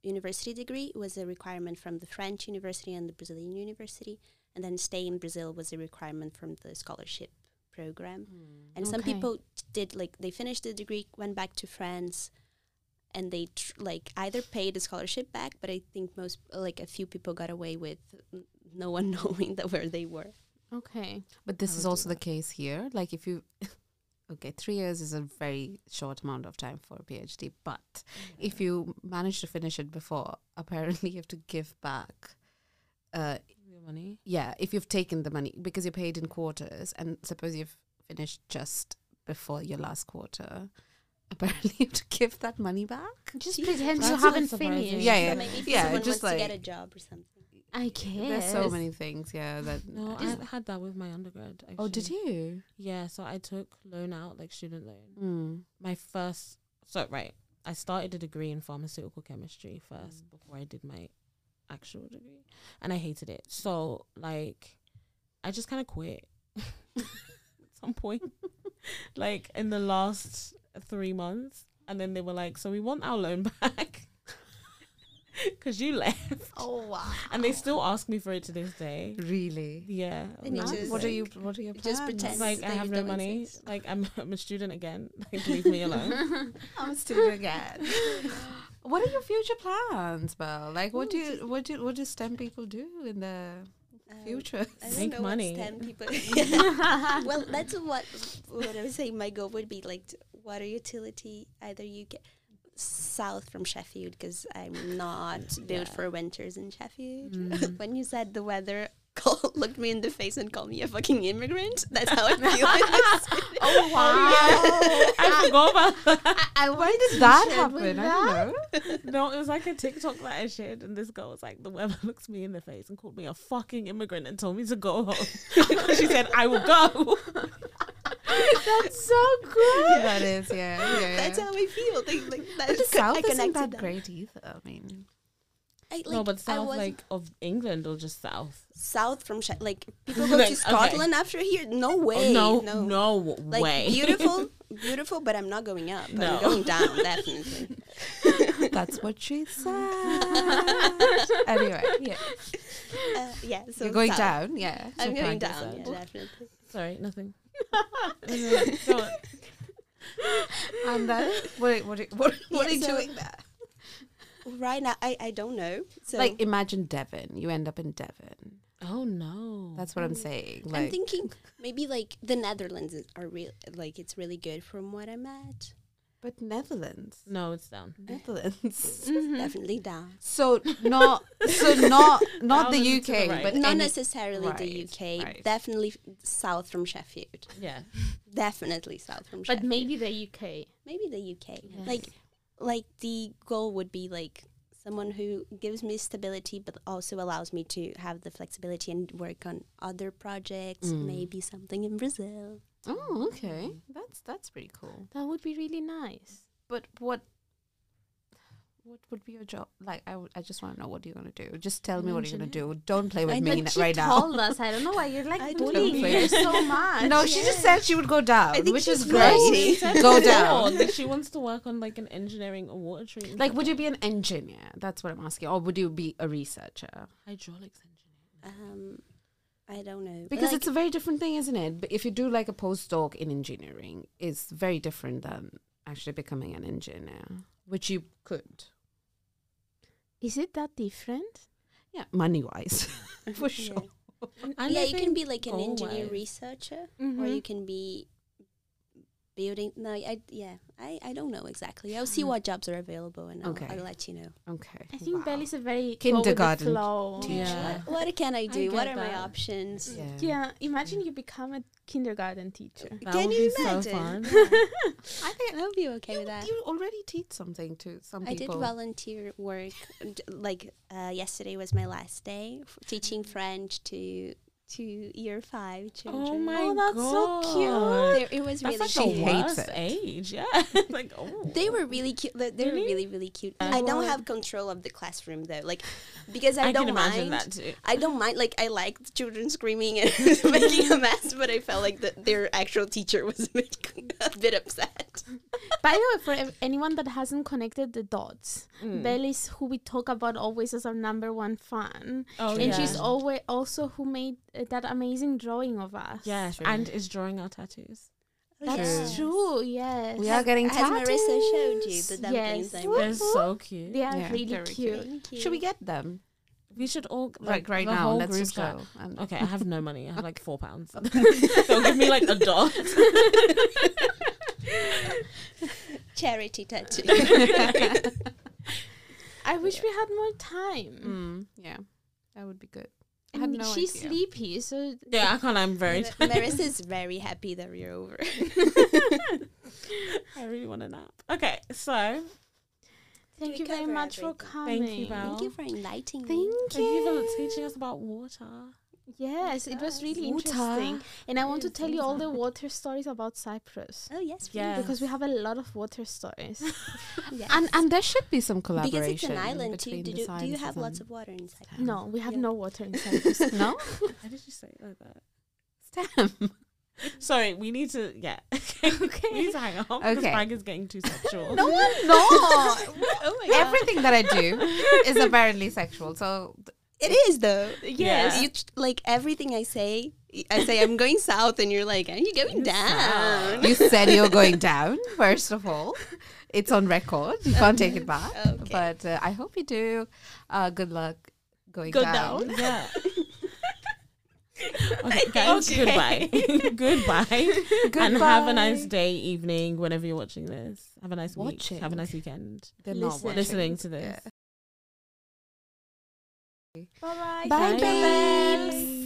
F: university degree was a requirement from the French university and the Brazilian university, and then stay in Brazil was a requirement from the scholarship program.
D: Hmm.
F: And some
E: Okay.
F: people did like they finished the degree, went back to France, and they tr- like either paid the scholarship back, but I think most like a few people got away with n- no one knowing that where they were.
E: Okay.
D: But
C: I
D: this
C: would
D: is
C: do
D: also the
C: that.
D: case here. Like if you okay, three years is a very short amount of time for a PhD, but if you manage to finish it before, apparently you have to give back uh
C: Your money.
D: yeah, if you've taken the money because you're paid in quarters and suppose you've finished just before your last quarter, apparently you have to give that money back.
E: Just
F: Jesus,
E: pretend you
C: that's
E: haven't
C: surprising.
E: finished.
D: Yeah, yeah.
F: So maybe if
D: Yeah,
F: someone
D: just
F: wants to get
D: like-
F: a job or something.
E: I guess.
D: There's so many things, yeah, that
C: No,
D: Yeah.
C: I had that with my undergrad. Actually.
D: Oh, did you?
C: Yeah, so I took loan out, like student loan.
D: Mm.
C: my first so right i started a degree in pharmaceutical chemistry first
F: Mm.
C: before i did my actual degree and i hated it so like i just kind of quit at some point like in the last three months and then they were like so we want our loan back because you left
D: Oh wow.
C: and they still ask me for it to this day
D: Really?
C: yeah
F: They need
C: like-
F: to-
D: What are
F: like-
D: you what are your plans?
F: just pretend.
C: it's like
F: that
C: i have
F: you've
C: no
F: done
C: money
F: exist.
C: like I'm, I'm a student again like leave me alone
D: I'm a student again. what are your future plans, Belle? Like, what do you, what do, what do STEM people do in the
F: Um,
D: future?
F: I don't
C: Make
F: know
C: money.
F: What's 10 people. well, that's what what I would say. My goal would be like t- water utility, either UK south from Sheffield, because I'm not built for winters in Sheffield.
C: Mm.
F: when you said the weather, call, looked me in the face and called me a fucking immigrant. That's how I feel. when I say it.
E: Oh wow!
C: I forgot about
E: I, I
D: Why
E: wanted
D: did
E: to
D: that
E: share with
D: happen? I
E: that.
D: don't know.
C: No, it was like a TikTok that I shared, and this girl was like, "The weather looks me in the face and called me a fucking immigrant and told me to go home." she said, "I will go."
E: That's so good.
D: that is, yeah, yeah. yeah.
F: That's how I feel. Like, like
D: But
F: that's
D: the South isn't
F: connected
D: that
F: them.
D: great either. I mean,
F: I, like,
C: no, but
F: I
C: south
F: was
C: like of England or just south?
F: south from Shef- like people go
C: Like, okay. Oh,
F: to Scotland after here. No way.
C: no,
F: no,
C: no,
F: like
C: way.
F: beautiful, beautiful, but I'm not going up.
C: No.
F: I'm going down, definitely.
D: that's what she said. anyway, yeah,
F: Uh, yeah, so
D: you're going
F: south.
D: down. Yeah,
F: I'm
C: So
F: going
C: can't go
F: down, yeah,
C: south.
F: definitely.
C: Sorry, nothing. Go on.
D: and then what? What? What? What
F: Yeah,
D: are you
F: so-
D: doing there?
F: Right now, I, I don't know. So
D: Like, imagine Devon. You end up in Devon.
C: oh no,
D: That's what I'm saying. Like,
F: Mm. I'm thinking maybe like the Netherlands is- are real. Like it's really good from what I'm at.
D: but Netherlands.
F: Mm.
C: no, it's down.
D: Netherlands.
F: Definitely down.
D: So not so not not
C: Down
D: the
C: and to the
D: UK,
C: right.
D: but
F: not
D: any-
F: necessarily
D: right,
F: the UK.
D: right.
F: Definitely f- south from Sheffield.
C: Yeah,
F: Definitely south from
E: But
F: Sheffield.
E: maybe the UK.
F: maybe the UK. Like, like the goal would be like someone who gives me stability, but also allows me to have the flexibility and work on other projects. Maybe something in Brazil.
D: Oh, okay,
F: Mm.
D: that's that's pretty cool.
E: That would be really nice.
D: But what what would be your job? Like, I would- I just want to know what you're gonna do. Just tell me what you're gonna do. Don't play with
F: I
D: me
F: don't-
D: n-
E: But she
D: right now.
E: told us. I don't know why you're
F: I
E: like
F: don't
E: bullying
D: know.
E: her so much.
D: No, she just said she would go down,
F: think
D: which
F: she's
D: is great.
F: naughty.
D: go
C: no,
D: down.
C: like she wants to work on like an engineering or water treatment,
D: Like, would you be an engineer? That's what I'm asking. Or would you be a researcher?
C: hydraulics engineer.
F: Um, I don't know
D: Because
F: Like,
D: it's a very different thing, isn't it? But if you do like a postdoc in engineering, it's very different than actually becoming an engineer, which you could.
E: Is it that different?
D: Yeah, money wise, for
F: yeah.
D: sure.
C: And
F: yeah,
C: I
F: you can
C: think
F: be like an engineer
C: goal-wise-
F: researcher,
E: Mm-hmm.
F: or you can be building. No, I yeah, I, I don't know exactly. I'll see what jobs are available, and I'll,
D: Okay.
F: I'll let you know.
D: Okay.
E: I think
D: wow.
E: Belle is a very
D: Kindergarten
E: Go with the flow.
D: teacher.
C: Yeah.
F: What can I do?
C: get
F: what are my
C: that.
F: options?
D: Yeah.
E: Yeah, imagine you become a kindergarten teacher.
C: That
F: Can
C: would
F: you
C: be so fun.
F: imagine?
D: I think
F: I'll be okay with that.
D: you already teach something to some
F: I did
D: people.
F: volunteer work. and, Like uh, yesterday was my last day f- teaching French to to year five children.
C: Oh my
E: that's
C: god.
E: so cute.
F: There- it was really
C: That's
D: she
C: like
F: cute.
C: the
D: hates
C: worst
D: it.
C: age. Yeah. It's like oh.
F: They were really cute. They they were
C: Really?
F: really, really cute. I don't have control of the classroom though, like because I,
C: I
F: don't
C: can imagine
F: mind.
C: that too.
F: I don't mind. Like I like the children screaming and making a mess, but I felt like that their actual teacher was a bit, a bit upset.
E: By the way, for ev- anyone that hasn't connected the dots,
D: Mm.
E: Belle is who we talk about always as our number one fan,
C: Oh,
E: and she's
C: yeah.
E: always also who made uh, that amazing drawing of us.
C: Yes, and is drawing our tattoos.
E: that's true. Yes,
D: We are getting
F: Has Marissa showed you
D: tattoos.
F: the dumpling
E: Yes.
F: thing?
E: Whoop,
C: They're so cute.
E: they are
D: Yeah.
E: really
C: Very
E: cute.
D: Should we get them?
C: We should all
D: Like, right
C: the
D: now,
C: Whole
D: let's
C: group
D: just
C: chat.
D: go. And-
C: Okay, I have no money. I have like four pounds. They'll give me like a dot.
F: charity tattoo?
E: I wish we had more
D: Mm,
E: time.
D: yeah, that would be good. I had
E: And
D: no
E: she's
D: idea.
E: sleepy, so
C: Yeah, I can't. I'm very. tired.
F: Marissa is very happy that we're over.
C: I really want a nap. Okay, so
E: thank
F: To
E: you very
F: cover
E: much for coming.
C: Thank you, Val.
F: Thank you for enlightening me.
E: Thank
C: thank you
E: you.
C: for teaching us about water.
E: Yes, it was really
D: Water.
E: interesting. And I want to
C: Yes,
E: tell you all
C: water.
E: the water stories about Cyprus.
F: Oh yes, please.
C: Yeah.
E: Because we have a lot of water stories.
F: Yes.
D: And and there should be some collaboration
F: because it's an island too.
D: between
F: Do,
D: the
F: you- do you
D: sciences
F: have lots
D: and-
F: of water inside?
E: no, we have
F: Yeah.
E: no water in Cyprus.
D: no
C: Why did you say it like that?
D: stem.
C: Sorry, we need to. Yeah. Okay. We need to hang up because
D: Okay.
C: Frank is getting too sexual.
D: No one, no. Oh Everything that I do is apparently sexual. So
F: It is though.
C: Yes.
F: You, tr- like everything I say, I say I'm going south, and you're like, "Are you going down?"
D: you said you're going down. First of all, it's on record. You can't take it back.
F: Okay.
D: But uh, I hope you do. Uh, good luck going
C: Go
D: down.
C: down. Yeah. Okay, guys, goodbye. goodbye. And have a nice day, evening, whenever you're watching this. Have a nice
D: Watching.
C: week. Have a nice weekend.
D: They're
E: Listen. Watching.
C: Listening to this.
D: Yeah.
E: Bye-bye.
D: Bye,
C: Bye.
D: babes.